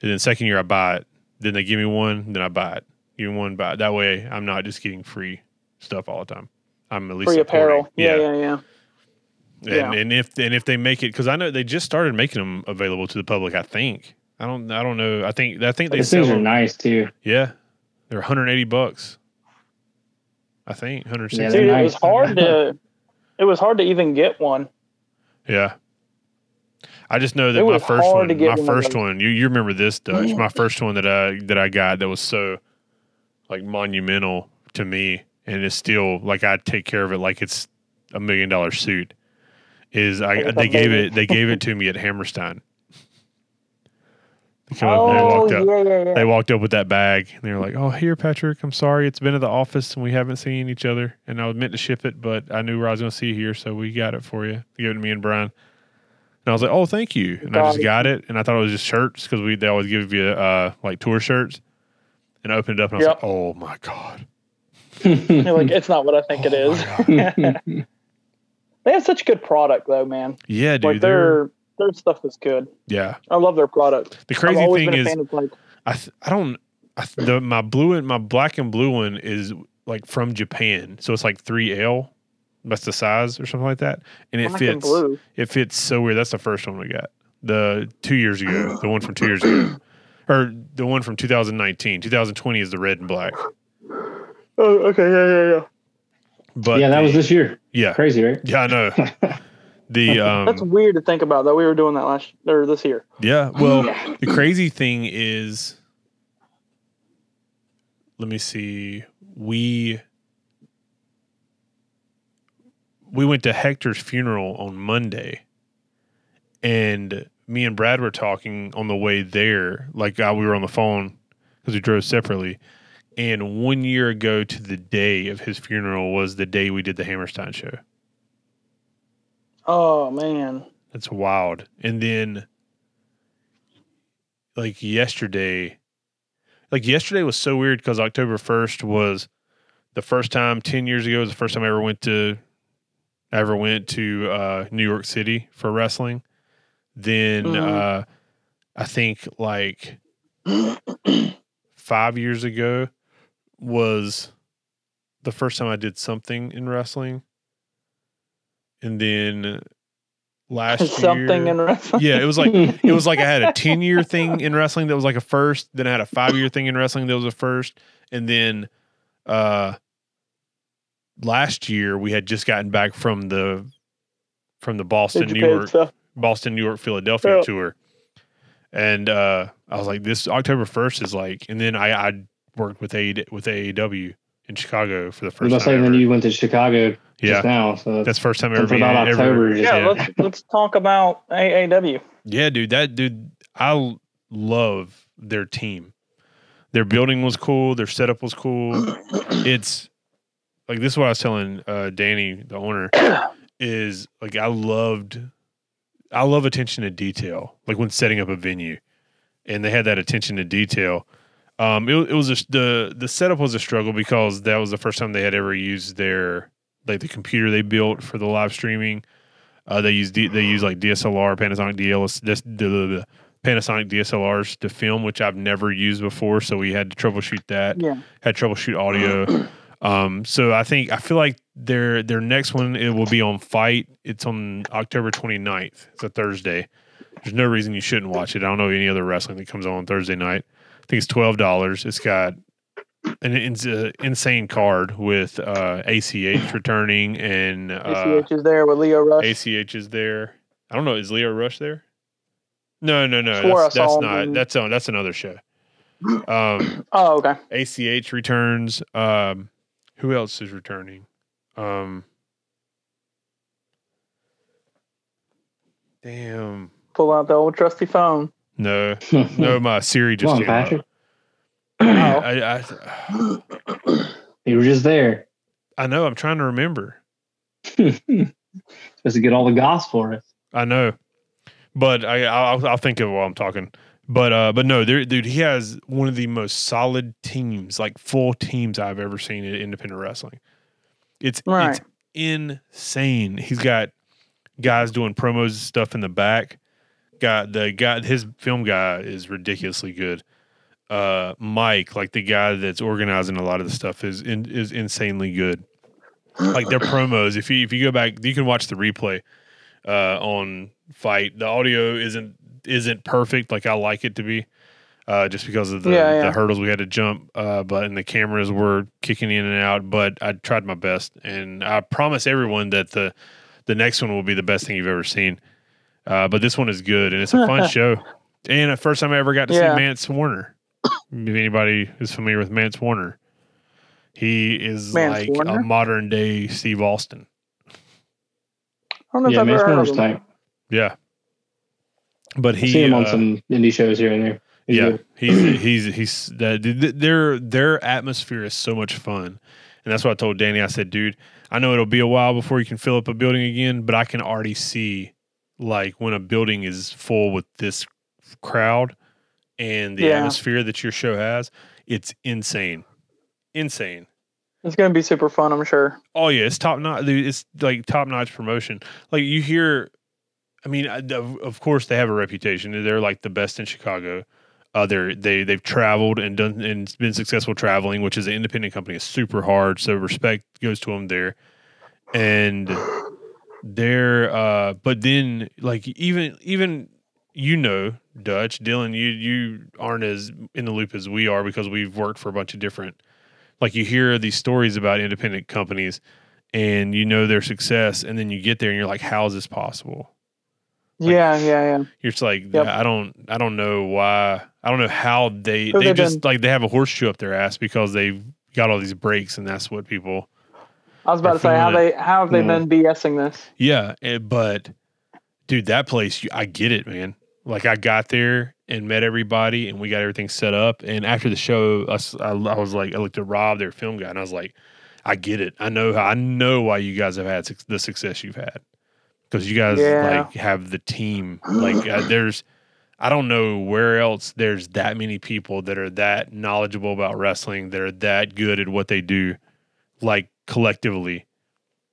Speaker 1: and then second year I buy it. Then they give me one, then I buy it. Give me one, buy it. That way I'm not just getting free stuff all the time. I'm at least
Speaker 2: Free
Speaker 1: supporting.
Speaker 2: apparel. Yeah, yeah, yeah.
Speaker 1: and,
Speaker 2: Yeah.
Speaker 1: and if and if they make it because I know they just started making them available to the public. I think I don't I don't know. I think I think they
Speaker 3: These
Speaker 1: sell
Speaker 3: things are
Speaker 1: them.
Speaker 3: nice too.
Speaker 1: Yeah, they're 180 bucks. I think 160.
Speaker 3: Yeah,
Speaker 1: Yeah,
Speaker 3: they're
Speaker 2: Dude, it
Speaker 3: nice.
Speaker 2: was hard to it was hard to even get one.
Speaker 1: I just know
Speaker 2: It
Speaker 1: that my
Speaker 2: was
Speaker 1: first
Speaker 2: hard
Speaker 1: one,
Speaker 2: to get
Speaker 1: my
Speaker 2: one of
Speaker 1: first
Speaker 2: them.
Speaker 1: one. You you remember this Dutch? my first one that I that I got that was so like monumental to me, and it's still like I take care of it like it's a million dollar suit. Is
Speaker 2: Like
Speaker 1: I
Speaker 2: it's
Speaker 1: they
Speaker 2: a
Speaker 1: gave
Speaker 2: baby.
Speaker 1: it they gave it to me at
Speaker 2: *laughs*
Speaker 1: Hammerstein. They came up and they
Speaker 2: Oh
Speaker 1: walked up.
Speaker 2: yeah, yeah, yeah.
Speaker 1: they walked up with that bag and they were like, "Oh, here, Patrick. I'm sorry, it's been at the office and we haven't seen each other. And I was meant to ship it, but I knew where I was going to see you here, so we got it for you. Give it to me and Brian." And I was like, "Oh, thank you." And I just got it, and I thought it was just shirts because we they always give you uh, like tour shirts. And I opened it up and I was
Speaker 2: Yep.
Speaker 1: like, "Oh my god!"
Speaker 2: You're
Speaker 3: *laughs*
Speaker 2: like it's not what I think it
Speaker 1: Oh, my
Speaker 2: is.
Speaker 1: God."
Speaker 2: They have such good product though, man.
Speaker 1: yeah, dude.
Speaker 2: *laughs* like
Speaker 1: they're,
Speaker 2: their their stuff is good.
Speaker 1: yeah.
Speaker 2: I love their product.
Speaker 1: The
Speaker 2: I've
Speaker 1: crazy
Speaker 2: always
Speaker 1: thing
Speaker 2: been a
Speaker 1: is,
Speaker 2: fan of like
Speaker 1: I th- I don't I th- the, my blue and my black and blue one is like from Japan, so it's like three L. That's the size or something like that, and it
Speaker 2: black
Speaker 1: fits.
Speaker 2: and blue.
Speaker 1: It fits so weird. That's the first one we got. The two years ago, the one from two years
Speaker 2: *clears throat*
Speaker 1: ago, or the one from 2019. 2020 is the red and black.
Speaker 2: Oh, okay, yeah, yeah, yeah.
Speaker 1: But
Speaker 3: yeah, that was this year.
Speaker 1: yeah,
Speaker 3: Crazy, right?
Speaker 1: yeah. I
Speaker 3: *laughs*
Speaker 1: know the um,
Speaker 2: That's weird to think about though. We were doing that last or this year.
Speaker 1: Yeah. Well, the crazy thing is, let me see. We we went to Hector's funeral on Monday, and me and Brad were talking on the way there. Like uh, we were on the phone because we drove separately. And one year ago to the day of his funeral was the day we did the Hammerstein show.
Speaker 2: *clears throat* Oh man.
Speaker 1: That's wild. And then like yesterday like yesterday was so weird because October first was the first time ten years ago was the first time I ever went to I ever went to uh New York City for wrestling. Then
Speaker 2: Mhm.
Speaker 1: uh I think like five years ago was the first time I did something in wrestling. And then last
Speaker 2: *laughs* *laughs* Something
Speaker 1: year,
Speaker 2: in wrestling.
Speaker 1: yeah, it was like it
Speaker 2: *laughs*
Speaker 1: was like I had a 10 year thing in wrestling that was like a first, then I had a five year thing in wrestling that was a first, and then uh last year we had just gotten back from the from the Boston,
Speaker 2: Did you
Speaker 1: New
Speaker 2: pay
Speaker 1: York
Speaker 2: stuff?
Speaker 1: Boston, New York, Philadelphia
Speaker 2: Yeah.
Speaker 1: tour. And uh, I was like, this October first is like, and then I, I worked with a with AEW in Chicago for the
Speaker 3: I was
Speaker 1: first
Speaker 3: about to say,
Speaker 1: time.
Speaker 3: and then
Speaker 1: ever.
Speaker 3: you went to Chicago
Speaker 1: yeah,
Speaker 3: just now, so
Speaker 1: that's the first time ever.
Speaker 3: something about
Speaker 1: ever-
Speaker 3: October. Just,
Speaker 2: Yeah,
Speaker 1: Yeah.
Speaker 2: let's let's talk about AAW.
Speaker 1: Yeah, dude, that dude, I l- love their team. Their building was cool. Their setup was cool. it's like this is what I was telling uh, Danny, the owner, is like I loved, I love attention to detail. Like when setting up a venue, and they had that attention to detail. Um, it, it was a, the the setup was a struggle because that was the first time they had ever used their like the computer they built for the live streaming. Uh, they use D, they use like DSLR, Panasonic DLS, this, the, the, the Panasonic DSLRs to film, which I've never used before. So we had to troubleshoot that.
Speaker 2: Yeah.
Speaker 1: Had troubleshoot audio. um, so I think I feel like their their next one it will be on Fight. It's on October 29th. It's a Thursday. There's no reason you shouldn't watch it. I don't know any other wrestling that comes on Thursday night. I think it's twelve dollars. It's got an ins- uh, insane card with uh, ACH returning and uh,
Speaker 2: ACH is there with Leo Rush.
Speaker 1: ACH is there. I don't know. Is Leo Rush there? No, no, no.
Speaker 2: Swore I
Speaker 1: That's, that's
Speaker 2: saw him
Speaker 1: not.
Speaker 2: in-
Speaker 1: That's on. That's another
Speaker 2: *gasps*
Speaker 1: show. Um,
Speaker 2: oh, okay.
Speaker 1: ACH returns. Um, who else is returning? Um, damn.
Speaker 2: Pull out the old
Speaker 1: *clears throat*
Speaker 2: trusty phone.
Speaker 1: No, *laughs*
Speaker 3: *laughs*
Speaker 1: no. My Siri
Speaker 3: Hmm. Come
Speaker 1: just
Speaker 3: on,
Speaker 1: came up. *clears throat*
Speaker 3: Patrick.
Speaker 2: Oh,
Speaker 1: I, I,
Speaker 3: You were just there. *laughs*
Speaker 1: I know. I'm trying to remember.
Speaker 3: Supposed to get all the gospel for us.
Speaker 1: I know, but I I'll, I'll think of it while I'm talking. But uh, but no, there, dude, he has one of the most solid teams, like full teams I've ever seen in independent wrestling. It's
Speaker 2: Right.
Speaker 1: it's insane. He's got guys doing promos and stuff in the back. Got the guy, his film guy is ridiculously good. Uh, Mike, like the guy that's organizing a lot of the stuff, is in, is insanely good. Like
Speaker 2: *clears throat*
Speaker 1: their promos, if you if you go back, you can watch the replay uh, on Fight. The audio isn't isn't perfect like I like it to be, uh, just because of the,
Speaker 2: Yeah, yeah.
Speaker 1: the hurdles we had to jump. Uh, but and the cameras were kicking in and out. But I tried my best, and I promise everyone that the the next one will be the best thing you've ever seen. Uh, but this one is good, and it's a
Speaker 2: *laughs*
Speaker 1: fun show. And the first time I ever got to
Speaker 2: Yeah.
Speaker 1: see Mance Warner. *coughs* If anybody is familiar with Mance Warner, he is
Speaker 2: Mance
Speaker 1: like
Speaker 2: Warner?
Speaker 1: a modern day Steve Austin.
Speaker 2: I don't know
Speaker 3: yeah,
Speaker 2: if I've
Speaker 3: Mace
Speaker 2: ever heard
Speaker 3: Miller's
Speaker 2: of him.
Speaker 3: type.
Speaker 1: Yeah, but
Speaker 3: I
Speaker 1: he
Speaker 3: see him on
Speaker 1: uh,
Speaker 3: some indie shows here and there. He's
Speaker 1: yeah,
Speaker 3: good.
Speaker 1: he's *clears throat* he's he's that th- th- their their atmosphere is so much fun, and that's what I told Danny. I said, dude, I know it'll be a while before you can fill up a building again, but I can already see like when a building is full with this crowd and the
Speaker 2: Yeah.
Speaker 1: atmosphere that your show has, it's insane, insane.
Speaker 2: It's gonna be super fun, I'm sure.
Speaker 1: Oh yeah, it's top notch. dude, It's like top notch promotion. Like you hear, I mean, I- of of course they have a reputation. They're like the best in Chicago. Uh, they're, they they've traveled and done and been successful traveling, which is an independent company. It's super hard, so respect goes to them there. And they're uh, but then like even even you know Dutch Dylan, you you aren't as in the loop as we are because we've worked for a bunch of different like you hear these stories about independent companies and you know their success and then you get there and you're like how is this possible Like-
Speaker 2: yeah, yeah, yeah.
Speaker 1: you're just like
Speaker 2: Yep.
Speaker 1: i don't i don't know why i don't know how they
Speaker 2: Where
Speaker 1: they
Speaker 2: they
Speaker 1: just like they have a horseshoe up their ass because they've got all these breaks and that's what people
Speaker 2: I was about to say how they how have they
Speaker 3: Yeah.
Speaker 2: been BSing this?
Speaker 1: yeah eh, but dude that place you, i get it man like i got there and met everybody and we got everything set up and after the show us i, I was like i looked at rob their film guy and i was like I get it. I know. I know why you guys have had suc the success you've had because you guys
Speaker 2: Yeah.
Speaker 1: like have the team. Like uh, there's, I don't know where else there's that many people that are that knowledgeable about wrestling that are that good at what they do, like collectively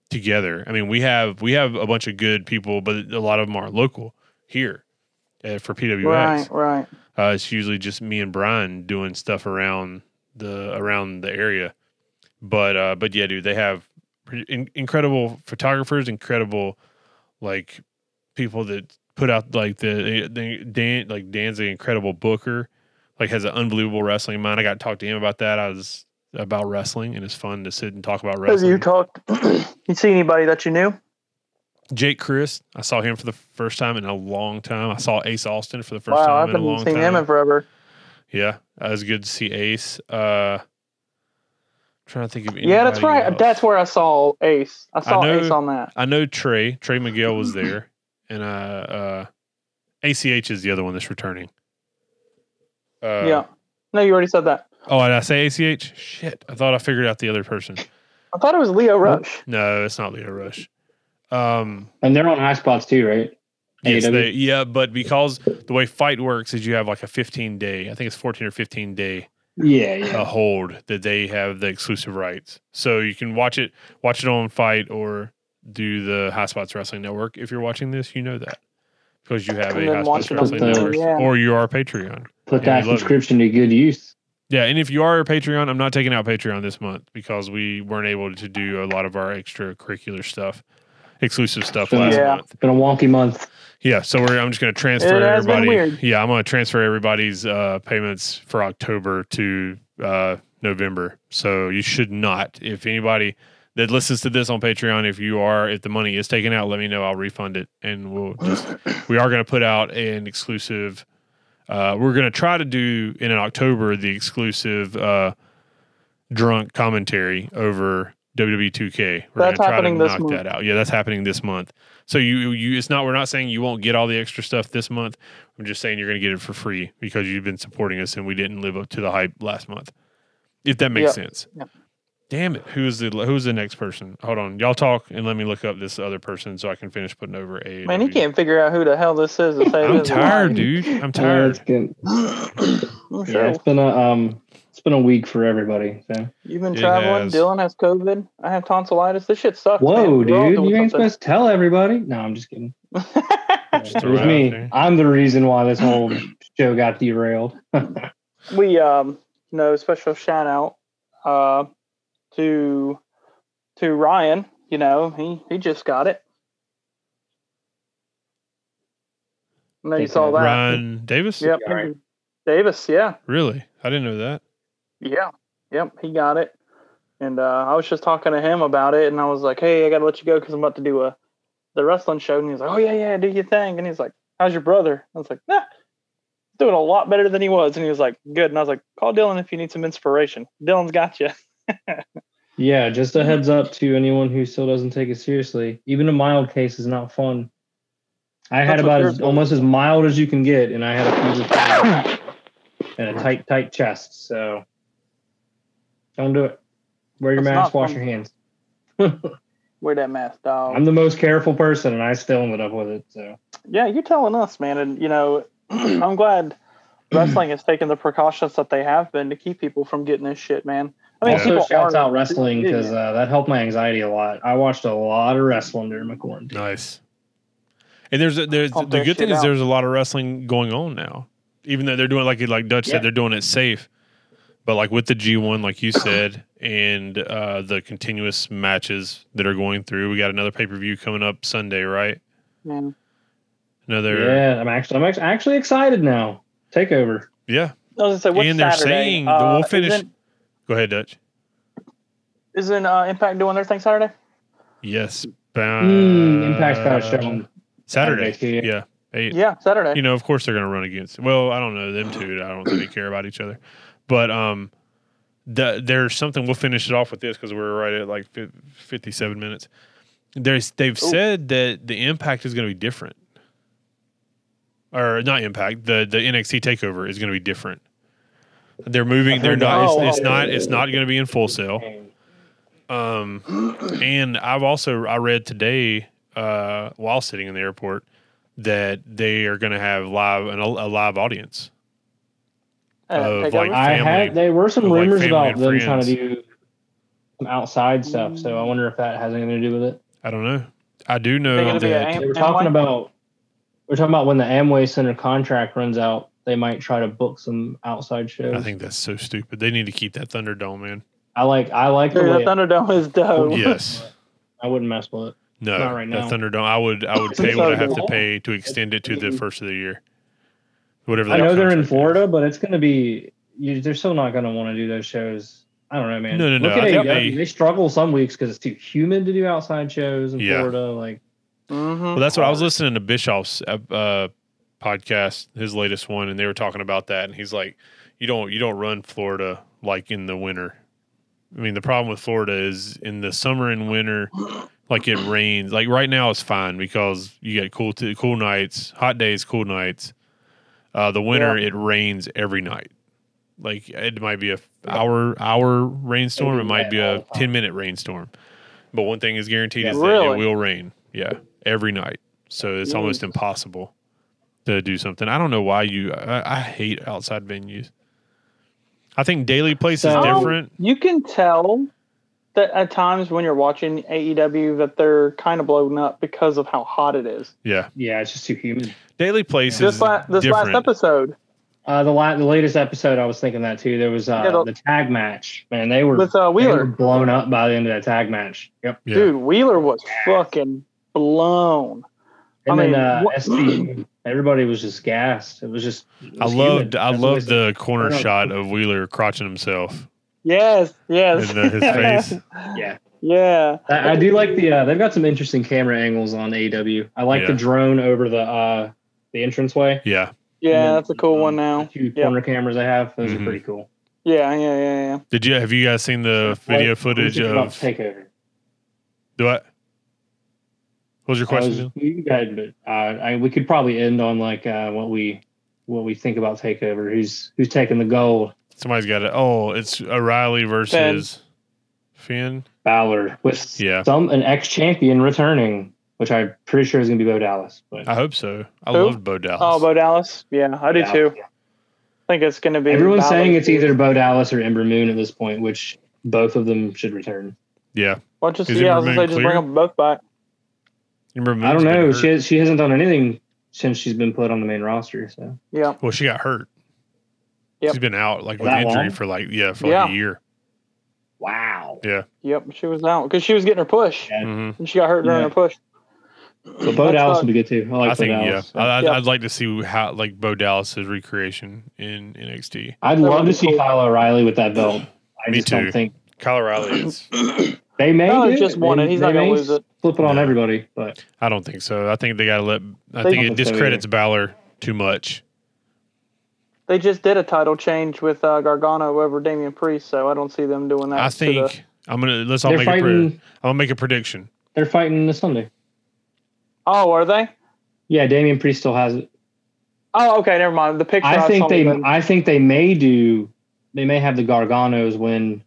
Speaker 1: together. I mean, we have we have a bunch of good people, but a lot of them are local here uh, for PWX
Speaker 2: Right, right.
Speaker 1: uh, it's usually just me and Brian doing stuff around the around the area. But uh, but yeah, dude, they have pretty in, incredible photographers, incredible like people that put out like the, the Dan like Dan's an incredible booker, like has an unbelievable wrestling mind. I got to talk to him about that. I was about wrestling, and it's fun to sit and talk about
Speaker 2: Have
Speaker 1: wrestling.
Speaker 2: you talked? *clears throat* you see anybody that you knew?
Speaker 1: Jake Chris, I saw him for the first time in a long time. I saw Ace Austin for the first
Speaker 2: wow, I
Speaker 1: time in a
Speaker 2: haven't
Speaker 1: long
Speaker 2: seen
Speaker 1: time.
Speaker 2: him in forever.
Speaker 1: Yeah, that was good to see Ace. Uh, trying to think of anybody
Speaker 2: yeah, that's right.
Speaker 1: else.
Speaker 2: That's where I saw Ace. I saw
Speaker 1: know-
Speaker 2: Ace on that.
Speaker 1: I know Trey. Trey Miguel was there, and uh, uh, ACH is the other one that's returning. Uh,
Speaker 2: yeah. No, you already said that.
Speaker 1: Oh, did I say ACH? Shit, I thought I figured out the other person.
Speaker 2: I thought it was Leo Rush.
Speaker 1: No, it's not Leo Rush. Um,
Speaker 3: And they're on high spots too, right?
Speaker 1: yes,
Speaker 3: AEW?
Speaker 1: they, yeah, but because the way fight works is you have like a 15 day, I think it's 14 or 15 day
Speaker 3: Yeah, yeah.
Speaker 1: a hold that they have the exclusive rights. So you can watch it, watch it on Fight or do the High Spots Wrestling Network. If you're watching this, you know that because you have a
Speaker 2: And then
Speaker 1: High Spots
Speaker 2: watch
Speaker 3: it on
Speaker 1: Wrestling
Speaker 3: Patreon,
Speaker 1: Network,
Speaker 2: yeah.
Speaker 1: or you are a Patreon.
Speaker 3: Put
Speaker 1: Yeah,
Speaker 3: that
Speaker 1: we love it.
Speaker 3: subscription to good use.
Speaker 1: Yeah, and if you are a Patreon, I'm not taking out Patreon this month because we weren't able to do a lot of our extracurricular stuff, exclusive stuff
Speaker 3: Sure.
Speaker 1: last
Speaker 2: Yeah.
Speaker 1: month.
Speaker 3: Been a wonky month.
Speaker 1: Yeah, so we're, I'm just going to transfer
Speaker 2: It has been
Speaker 1: everybody.
Speaker 2: weird.
Speaker 1: Yeah, I'm going to transfer everybody's uh, payments for October to uh, November. So you should not. If anybody that listens to this on Patreon, if you are, if the money is taken out, let me know. I'll refund it, and we'll just. we are going to put out an exclusive. Uh, we're going to try to do in October the exclusive uh, drunk commentary over WWE 2K. We're
Speaker 2: That's
Speaker 1: gonna try
Speaker 2: happening
Speaker 1: to
Speaker 2: this
Speaker 1: knock
Speaker 2: month.
Speaker 1: that out. Yeah, that's happening this month. So you you it's not we're not saying you won't get all the extra stuff this month. I'm just saying you're going to get it for free because you've been supporting us and we didn't live up to the hype last month. If that makes sense.
Speaker 2: Yep.
Speaker 1: Damn it. Who's the who's the next person? Hold on. Y'all talk and let me look up this other person so I can finish putting over a. E
Speaker 2: Man, he can't figure out who the hell this is. To say
Speaker 1: I'm
Speaker 2: this is
Speaker 1: tired,
Speaker 2: mine.
Speaker 1: dude. I'm tired.
Speaker 2: *clears throat*
Speaker 3: it's been,
Speaker 2: I'm sure.
Speaker 3: yeah, it's been a um, it's been a week for everybody. So
Speaker 2: You've been
Speaker 1: It
Speaker 2: traveling.
Speaker 1: has.
Speaker 2: Dylan has COVID. I have tonsillitis. This shit sucks.
Speaker 3: whoa,
Speaker 2: man. We're all
Speaker 3: dude,
Speaker 2: doing
Speaker 3: you ain't
Speaker 2: something.
Speaker 3: supposed to tell everybody. No, I'm just kidding.
Speaker 1: Just
Speaker 3: It
Speaker 1: throw it
Speaker 3: was
Speaker 1: out
Speaker 3: me.
Speaker 1: there.
Speaker 3: I'm the reason why
Speaker 2: *clears throat*
Speaker 3: this whole show got derailed.
Speaker 2: *laughs* we um no special shout out uh to to Ryan. You know he he just got it. I know you
Speaker 3: Thank
Speaker 2: saw
Speaker 3: you.
Speaker 2: that.
Speaker 1: Ryan Davis?
Speaker 2: Yep.
Speaker 3: Yeah, right.
Speaker 2: Davis. Yeah.
Speaker 1: Really? I didn't know that.
Speaker 2: Yeah. Yep. He got it. And uh, I was just talking to him about it, and I was like, "Hey, I gotta let you go because I'm about to do a the wrestling show." And he's like, "Oh yeah, yeah, do your thing." And he's like, "How's your brother?" I was like, "Nah, he's doing a lot better than he was." And he was like, "Good." And I was like, "Call Dylan if you need some inspiration. Dylan's got *laughs* you."
Speaker 3: Yeah, just
Speaker 2: Mm-hmm.
Speaker 3: a heads up to anyone who still doesn't take it seriously. Even a mild case is not fun. I had
Speaker 2: That's what
Speaker 3: about as,
Speaker 2: yours was.
Speaker 3: almost as mild as you can get, and I had a fever fever
Speaker 2: *coughs*
Speaker 3: and a tight, tight chest. So don't do it. Wear your
Speaker 2: That's
Speaker 3: mask.
Speaker 2: not
Speaker 3: Wash
Speaker 2: fun.
Speaker 3: your hands.
Speaker 2: Wear that mask, dog.
Speaker 3: I'm the most careful person, and I still ended up with it. So
Speaker 2: yeah, you're telling us, man, and you know, *clears throat* I'm glad wrestling has taken the precautions that they have been to keep people from getting this shit, man. I mean,
Speaker 3: also
Speaker 2: people
Speaker 3: shouts
Speaker 2: are-
Speaker 3: out wrestling because uh, that helped my anxiety a lot. I watched a lot of wrestling during my quarantine.
Speaker 1: Nice. And there's a, there's
Speaker 2: Pump
Speaker 1: the
Speaker 2: that
Speaker 1: good thing
Speaker 2: shit
Speaker 1: is
Speaker 2: out.
Speaker 1: there's a lot of wrestling going on now. Even though they're doing like like Dutch
Speaker 3: Yeah.
Speaker 1: said, they're doing it safe. But like with the G one, like you said, and uh, the continuous matches that are going through, we got another pay per view coming up Sunday, right?
Speaker 2: man.
Speaker 1: Another
Speaker 3: Yeah, I'm actually, I'm actually, actually excited now. Takeover.
Speaker 1: yeah.
Speaker 2: I was gonna say, what's
Speaker 1: And they're
Speaker 2: Saturday? Uh,
Speaker 1: saying that we'll finish-
Speaker 2: Isn't,
Speaker 1: Go ahead, Dutch.
Speaker 2: isn't uh, Impact doing their thing Saturday?
Speaker 1: Yes.
Speaker 3: Mm,
Speaker 1: Uh,
Speaker 3: Impact's got a show on
Speaker 1: Saturday.
Speaker 3: Saturday, too.
Speaker 1: Yeah. Eight.
Speaker 2: Yeah, Saturday.
Speaker 1: you know, of course they're going to run against. Well, I don't know them two. I don't think they care about each other, but um, the, there's something. We'll finish it off with this because we're right at like fif- 57 minutes. There's they've
Speaker 2: Ooh.
Speaker 1: said that the impact is going to be different, or not impact. The the NXT takeover is going to be different. They're moving.
Speaker 3: I
Speaker 1: They're
Speaker 3: heard
Speaker 1: not.
Speaker 2: that.
Speaker 1: It's, it's
Speaker 2: Oh,
Speaker 1: not. It's not going to be in full sale. Um, and I've also I read today uh, while sitting in the airport that they are going to have live an, a live audience. of,
Speaker 2: Uh, take
Speaker 1: uh, like,
Speaker 2: over?
Speaker 3: I
Speaker 1: family,
Speaker 3: had there were some
Speaker 1: of, like,
Speaker 3: rumors
Speaker 1: family
Speaker 3: about
Speaker 1: and
Speaker 3: them trying
Speaker 1: friends.
Speaker 3: to do some outside stuff, so I wonder if that has anything to do with it.
Speaker 1: I don't know. I do
Speaker 2: They're gonna
Speaker 1: know
Speaker 2: be
Speaker 1: that.
Speaker 2: at
Speaker 3: They were
Speaker 2: Amway?
Speaker 3: talking about we're talking about when the Amway Center contract runs out, they might try to book some outside shows.
Speaker 1: I think that's so stupid. They need to keep that Thunderdome,
Speaker 3: *laughs*
Speaker 1: man.
Speaker 3: I like I like
Speaker 2: Dude,
Speaker 3: the
Speaker 2: that
Speaker 3: way
Speaker 2: Thunderdome is
Speaker 1: Oh,
Speaker 2: dope.
Speaker 1: Yes.
Speaker 3: I wouldn't mess with it.
Speaker 1: No.
Speaker 3: Not right now.
Speaker 1: The Thunderdome. I would. I
Speaker 3: *laughs*
Speaker 1: would
Speaker 2: It's
Speaker 1: pay what I have to
Speaker 2: Thunderdome.
Speaker 1: pay to extend it to the first of the year. Whatever.
Speaker 3: I
Speaker 1: that
Speaker 3: know they're in
Speaker 1: contract is.
Speaker 3: Florida, but it's gonna be you, they're still not gonna want to do those shows. I don't know, man.
Speaker 1: No, no, no,
Speaker 3: Look
Speaker 1: I
Speaker 3: At
Speaker 1: think
Speaker 3: AEW.
Speaker 1: they-
Speaker 3: they, struggle some weeks because it's too humid to do outside shows in
Speaker 1: Yeah.
Speaker 3: Florida. Like
Speaker 2: Mhm.
Speaker 3: Mm-hmm.
Speaker 1: Well, that's what I was listening to Bischoff's uh, uh, podcast, his latest one, and they were talking about that. And he's like, "You don't, you don't run Florida like in the winter. I mean, the problem with Florida is in the summer and winter, like it rains. Like right now, it's fine because you get cool, t- cool nights, hot days, cool nights. Uh, the winter, it rains every night. Like it might be a f- hour hour rainstorm, it
Speaker 3: Maybe
Speaker 1: might
Speaker 3: that
Speaker 1: be
Speaker 3: all
Speaker 1: a
Speaker 3: the time.
Speaker 1: ten minute rainstorm. But one thing is guaranteed
Speaker 3: Yeah.
Speaker 1: is that it
Speaker 2: Really?
Speaker 1: will rain. Yeah, every night. So it's almost impossible to do something. I don't know why you. I, I hate outside venues. I think daily place
Speaker 3: So-
Speaker 1: is
Speaker 2: Um,
Speaker 1: different.
Speaker 2: You can tell that at times when you're watching AEW that they're kind of blown up because of how hot it is.
Speaker 1: Yeah,
Speaker 3: yeah, it's just too humid.
Speaker 1: daily place
Speaker 2: This
Speaker 1: is
Speaker 2: la- this
Speaker 1: different.
Speaker 2: last episode
Speaker 3: Uh, the la- the latest episode, I was thinking that too. There was uh,
Speaker 2: Yeah, the-
Speaker 3: the tag match, man. They were
Speaker 2: with uh,
Speaker 3: they were
Speaker 2: Wheeler,
Speaker 3: blown up by the end of that tag match. Yep.
Speaker 1: yeah.
Speaker 2: dude, Wheeler was fucking blown.
Speaker 3: And
Speaker 2: I
Speaker 3: then
Speaker 2: mean,
Speaker 3: uh,
Speaker 2: what-
Speaker 3: SC, everybody was just gassed. It was just. it
Speaker 1: I
Speaker 3: was
Speaker 1: loved.
Speaker 3: humid.
Speaker 1: I
Speaker 3: That's
Speaker 1: loved
Speaker 3: what
Speaker 1: the corner
Speaker 3: Hold on.
Speaker 1: shot of Wheeler crotching himself.
Speaker 2: Yes, yes.
Speaker 1: And, uh,
Speaker 2: *laughs*
Speaker 1: his face.
Speaker 3: Yeah.
Speaker 2: yeah.
Speaker 3: I, I do like the. Uh, they've got some interesting camera angles on AEW. I like the
Speaker 1: Yeah.
Speaker 3: drone over the uh, the entranceway.
Speaker 1: Yeah.
Speaker 2: Yeah,
Speaker 1: Mm-hmm.
Speaker 3: And
Speaker 2: that's a cool
Speaker 3: um,
Speaker 2: one now.
Speaker 3: The two
Speaker 2: Yeah.
Speaker 3: corner cameras they have. Those
Speaker 1: Mhm.
Speaker 3: are pretty cool.
Speaker 2: Yeah, yeah, yeah, yeah.
Speaker 1: Did you have you guys seen the
Speaker 3: Like,
Speaker 1: video
Speaker 3: I'm
Speaker 1: footage
Speaker 3: thinking about
Speaker 1: of
Speaker 3: takeover.
Speaker 1: do I? What was your
Speaker 3: I
Speaker 1: question?
Speaker 3: was-
Speaker 1: Neil?
Speaker 3: you go ahead, but uh, I, we could probably end on like uh, what we what we think about takeover. Who's who's taking the gold?
Speaker 1: Somebody's got it. Oh, it's O'Reilly versus Finn.
Speaker 3: Balor with
Speaker 1: Yeah.
Speaker 3: some an ex champion returning, which I'm pretty sure is going to be Bo Dallas. But
Speaker 1: I hope so. I
Speaker 2: Who?
Speaker 1: loved Bo Dallas.
Speaker 2: Oh, Bo Dallas. Yeah, I do
Speaker 3: Yeah.
Speaker 2: too. I think it's going to be.
Speaker 3: Everyone's
Speaker 2: Balor.
Speaker 3: saying it's either Bo Dallas or Ember Moon at this point, which both of them should return.
Speaker 1: yeah.
Speaker 2: Well, just
Speaker 1: Is
Speaker 2: yeah, I
Speaker 1: it
Speaker 2: was gonna say,
Speaker 1: remain
Speaker 2: just bring
Speaker 1: clear?
Speaker 2: them both back.
Speaker 1: You remember
Speaker 3: I
Speaker 1: Moon's
Speaker 3: don't
Speaker 1: been
Speaker 3: know.
Speaker 1: hurt?
Speaker 3: She she hasn't done anything since she's been put on the main roster. So
Speaker 2: Yeah,
Speaker 1: Well, she got hurt.
Speaker 2: Yep.
Speaker 1: She's been out like with
Speaker 3: That
Speaker 1: injury
Speaker 3: long?
Speaker 1: for like yeah for like
Speaker 2: Yeah.
Speaker 1: a year.
Speaker 3: wow.
Speaker 2: yep. She was out because she was getting her push,
Speaker 3: Yeah.
Speaker 1: Mhm.
Speaker 2: and she got hurt during
Speaker 3: Yeah.
Speaker 2: her push.
Speaker 3: But Bo
Speaker 2: That's
Speaker 3: Dallas
Speaker 2: not-
Speaker 3: would be good too. I like
Speaker 1: I
Speaker 3: Bo
Speaker 1: think yeah.
Speaker 3: Dallas.
Speaker 1: I, I'd,
Speaker 2: Yeah.
Speaker 1: I'd like to see how like Bo Dallas's recreation in NXT.
Speaker 3: I'd
Speaker 2: That would
Speaker 3: love
Speaker 2: be
Speaker 3: to see
Speaker 2: cool.
Speaker 3: Kyle O'Reilly with that belt. I
Speaker 1: Me
Speaker 3: just
Speaker 1: too.
Speaker 3: don't think
Speaker 1: Kyle O'Reilly is.
Speaker 3: they may.
Speaker 2: Tyler
Speaker 3: do
Speaker 2: just
Speaker 3: it.
Speaker 2: won
Speaker 3: They-
Speaker 2: it. He's
Speaker 3: they
Speaker 2: not gonna
Speaker 3: may
Speaker 2: lose it.
Speaker 3: Flip it on
Speaker 1: No.
Speaker 3: everybody, but
Speaker 1: *coughs* I don't think so. I think they got to let. I
Speaker 2: They-
Speaker 1: think
Speaker 3: I
Speaker 1: it
Speaker 3: don't think so
Speaker 1: discredits Balor too much.
Speaker 2: They just did a title change with uh, Gargano over Damian Priest, so I don't see them doing that.
Speaker 1: I
Speaker 2: to the-
Speaker 1: think I'm gonna let's all
Speaker 3: they're
Speaker 1: make a prayer. I'm
Speaker 3: fighting.
Speaker 1: gonna make a prediction.
Speaker 3: They're fighting this Sunday.
Speaker 2: oh, are they?
Speaker 3: Yeah, Damian Priest still has it.
Speaker 2: Oh, okay. Never mind. The picture.
Speaker 3: I
Speaker 2: I,
Speaker 3: think
Speaker 2: saw
Speaker 3: they.
Speaker 2: was-
Speaker 3: I think they may do. They may have the Garganos win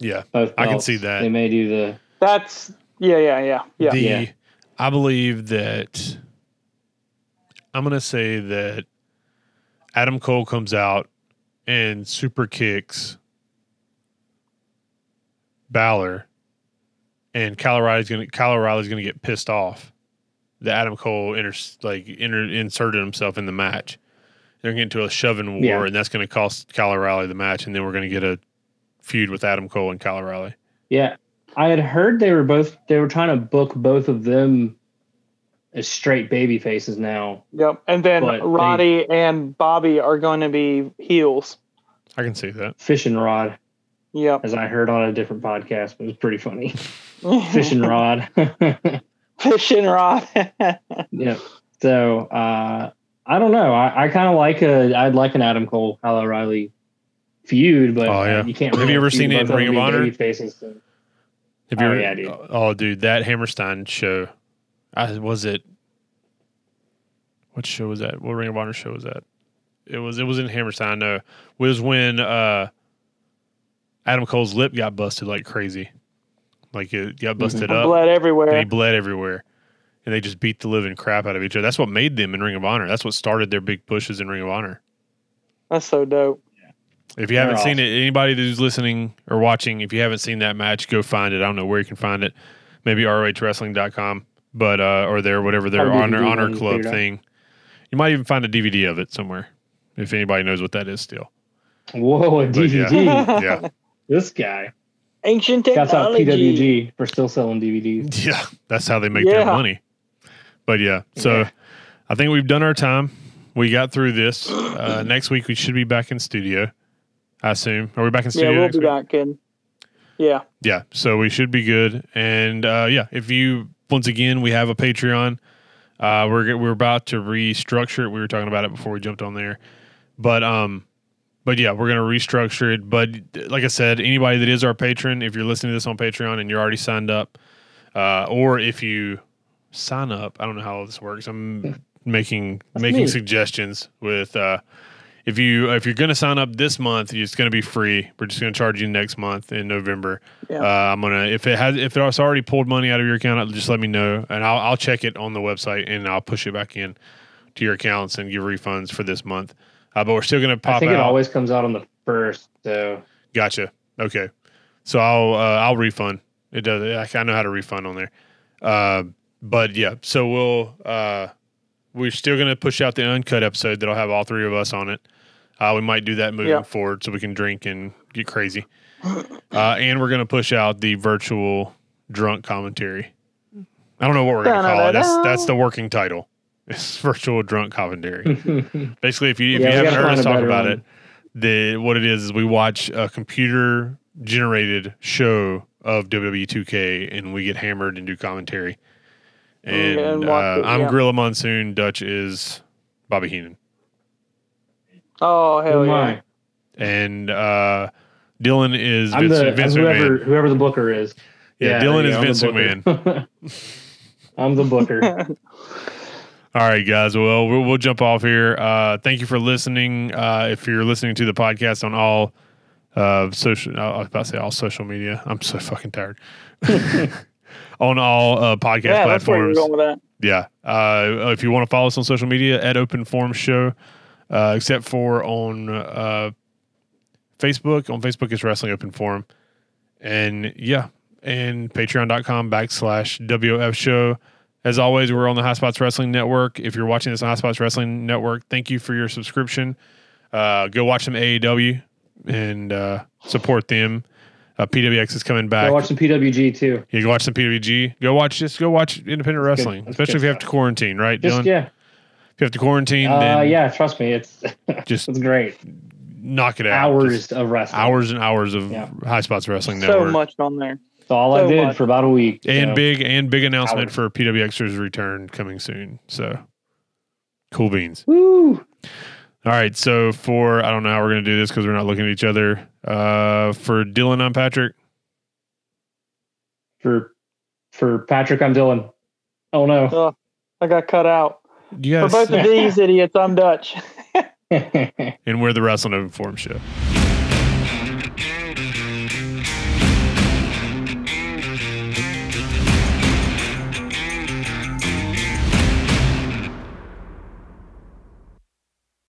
Speaker 1: Yeah,
Speaker 3: both. Belts.
Speaker 1: I can see that.
Speaker 3: They may do the.
Speaker 2: That's yeah, yeah, yeah, yeah.
Speaker 1: the
Speaker 3: Yeah.
Speaker 1: I believe that I'm gonna say that Adam Cole comes out and super kicks Balor, and Colorado's gonna Colorado's gonna get pissed off that Adam Cole inter, like inter, inserted himself in the match. They're gonna get into a shoving war,
Speaker 3: Yeah.
Speaker 1: and that's gonna cost Kyle O'Reilly the match, and then we're gonna get a feud with Adam Cole and Kyle O'Reilly.
Speaker 3: Yeah, I had heard they were both. They were trying to book both of them as straight baby faces now.
Speaker 2: Yep. And then
Speaker 3: But they-
Speaker 2: Roddy and Bobby are going to be heels.
Speaker 1: I can see that.
Speaker 3: Fishing rod,
Speaker 2: Yep.
Speaker 3: as I heard on a different podcast, but it was pretty funny.
Speaker 2: *laughs*
Speaker 3: Fishing rod. *laughs*
Speaker 2: Fishing rod.
Speaker 3: Yeah. So uh, I don't know. I, I kind of like a. I'd like an Adam Cole, Kyle O'Reilly feud, but
Speaker 1: Oh,
Speaker 3: uh,
Speaker 1: yeah.
Speaker 3: you can't.
Speaker 1: Have
Speaker 3: really
Speaker 1: you ever
Speaker 3: feud
Speaker 1: seen it
Speaker 3: both
Speaker 1: in
Speaker 3: of
Speaker 1: Ring
Speaker 3: them
Speaker 1: of
Speaker 3: being
Speaker 1: Honor?
Speaker 3: baby faces, so-
Speaker 1: Have you
Speaker 3: Oh,
Speaker 1: ever,
Speaker 3: yeah, dude.
Speaker 1: Oh, dude, that Hammerstein show. I was it. What show was that? What Ring of Honor show was that? It was it was in Hammerstein. I know. Was when uh, Adam Cole's lip got busted like crazy, like it
Speaker 3: Mm-hmm.
Speaker 1: got busted up
Speaker 2: Blood
Speaker 1: and he
Speaker 2: everywhere.
Speaker 1: bled everywhere, and they just beat the living crap out of each other. That's what made them in Ring of Honor. That's what started their big pushes in Ring of Honor.
Speaker 2: That's so dope.
Speaker 1: If you
Speaker 3: They're
Speaker 1: haven't seen
Speaker 3: awesome.
Speaker 1: it, anybody who's listening or watching, if you haven't seen that match, go find it. I don't know where you can find it. Maybe ROHWrestling.com, but uh, or their whatever their
Speaker 3: Probably
Speaker 1: honor
Speaker 3: DVD
Speaker 1: honor
Speaker 3: when you
Speaker 1: club
Speaker 3: figure it out.
Speaker 1: thing. You might even find a DVD of it somewhere if anybody knows what that is.
Speaker 3: *laughs*
Speaker 1: Still,
Speaker 3: Whoa, a DVD.
Speaker 1: yeah,
Speaker 3: *laughs* this guy.
Speaker 2: *laughs* Ancient
Speaker 3: Shouts out
Speaker 2: technology.
Speaker 3: PWG for still selling DVDs.
Speaker 1: yeah, that's how they make
Speaker 2: Yeah.
Speaker 1: their money. But yeah, so
Speaker 3: Yeah.
Speaker 1: I think we've done our time. We got through this. Uh, next week we should be back in studio. I assume. Are we back in
Speaker 2: Yeah,
Speaker 1: studio?
Speaker 2: we'll
Speaker 1: next
Speaker 2: be
Speaker 1: week?
Speaker 2: back in. Yeah.
Speaker 1: yeah so we should be good and uh yeah if you once again we have a patreon uh we're g- we're about to restructure it we were talking about it before we jumped on there but um but yeah we're gonna restructure it but uh, like i said anybody that is our patron if you're listening to this on patreon and you're already signed up uh or if you sign up i don't know how this works i'm making making
Speaker 3: me.
Speaker 1: suggestions with uh if you if you're gonna sign up this month, it's gonna be free. We're just gonna charge you next month in November.
Speaker 2: Yeah.
Speaker 1: Uh, I'm gonna if it has if it's already pulled money out of your account, just let me know and I'll I'll check it on the website and I'll push it back in to your accounts and give refunds for this month. Uh, but we're still gonna pop
Speaker 3: I think
Speaker 1: out.
Speaker 3: it always comes out on the first.
Speaker 1: *laughs*
Speaker 3: So
Speaker 1: Gotcha. Okay. So I'll uh, I'll refund. It does. I, I know how to refund on there. Uh, but yeah. So we'll uh, we're still gonna push out the uncut episode that'll have all three of us on it. Uh, we might do that moving
Speaker 2: Yeah.
Speaker 1: forward so we can drink and get crazy. Uh, and we're gonna push out the virtual drunk commentary. I don't know what we're gonna call it. That's that's the working title. It's virtual drunk commentary.
Speaker 3: Hmm. *laughs* yeah,
Speaker 1: Basically, if you if
Speaker 3: we
Speaker 1: you haven't
Speaker 3: gotta
Speaker 1: heard us
Speaker 3: find a
Speaker 1: talk
Speaker 3: better
Speaker 1: about
Speaker 3: one.
Speaker 1: it, the what it is is we watch a computer generated show of WWE 2K, and we get hammered and do commentary. And,
Speaker 2: Oh, And watch
Speaker 1: uh,
Speaker 2: it,
Speaker 1: I'm
Speaker 2: yeah.
Speaker 1: Gorilla Monsoon. Dutch is Bobby Heenan,
Speaker 2: Oh hell
Speaker 3: Who am
Speaker 2: yeah!
Speaker 3: I?
Speaker 1: and uh, Dylan is
Speaker 3: I'm
Speaker 1: Vince,
Speaker 3: the
Speaker 1: Vince
Speaker 3: whoever
Speaker 1: McMahon.
Speaker 3: whover the booker is.
Speaker 1: Yeah,
Speaker 3: there
Speaker 1: Dylan
Speaker 3: you
Speaker 1: is
Speaker 3: go, I'm the
Speaker 1: Vince
Speaker 3: booker.
Speaker 1: McMahon.
Speaker 3: *laughs* I'm
Speaker 2: *laughs*
Speaker 3: the booker.
Speaker 1: All right, guys. Well, we'll, we'll jump off here. Uh, thank you for listening. Uh, if you're listening to the podcast on all uh, social, I was about to say all social media. I'm so fucking tired. *laughs* on all uh, podcast
Speaker 2: yeah, that's where you're
Speaker 1: platforms.
Speaker 2: going with that.
Speaker 1: Yeah. Uh, if you want to follow us on social media at Open Forum Show, uh, except for on uh, Facebook. On Facebook, it's Wrestling Open Forum. And yeah, and patreon.com backslash WF Show. As always, we're on the High Spots Wrestling Network. If you're watching this on High Spots Wrestling Network, thank you for your subscription. Uh, go watch some AEW and uh, support them. Uh, PWX is coming back.
Speaker 3: I watch some PWG too.
Speaker 1: You can watch some PWG. Go watch just go watch independent wrestling,
Speaker 3: good. That's
Speaker 1: especially
Speaker 3: good
Speaker 1: if you have
Speaker 3: stuff.
Speaker 1: to quarantine, right,
Speaker 3: Just
Speaker 1: Dylan?
Speaker 3: yeah,
Speaker 1: If you have to quarantine,
Speaker 3: uh,
Speaker 1: then
Speaker 3: yeah. Trust me, it's
Speaker 1: just
Speaker 3: it's great.
Speaker 1: knock it out.
Speaker 3: Hours
Speaker 1: Just
Speaker 3: of wrestling.
Speaker 1: hours and hours of
Speaker 3: Yeah.
Speaker 1: High Spots Wrestling
Speaker 2: So
Speaker 1: Network.
Speaker 2: much on there.
Speaker 3: That's all
Speaker 2: so
Speaker 3: I did
Speaker 2: much.
Speaker 3: for about a week.
Speaker 1: And
Speaker 3: so.
Speaker 1: big and big announcement
Speaker 3: Hours.
Speaker 1: for PWX's return coming soon. So cool beans.
Speaker 3: Woo!
Speaker 1: All right. So for I don't know how we're gonna do this because we're not looking at each other. Uh for Dylan, I'm Patrick.
Speaker 3: for for Patrick. I'm Dylan. Oh no.
Speaker 2: Ugh, I got cut out.
Speaker 1: You guys
Speaker 2: For both of these idiots, I'm Dutch. *laughs*
Speaker 3: *laughs*
Speaker 1: and we're the Wrestling Informed Show.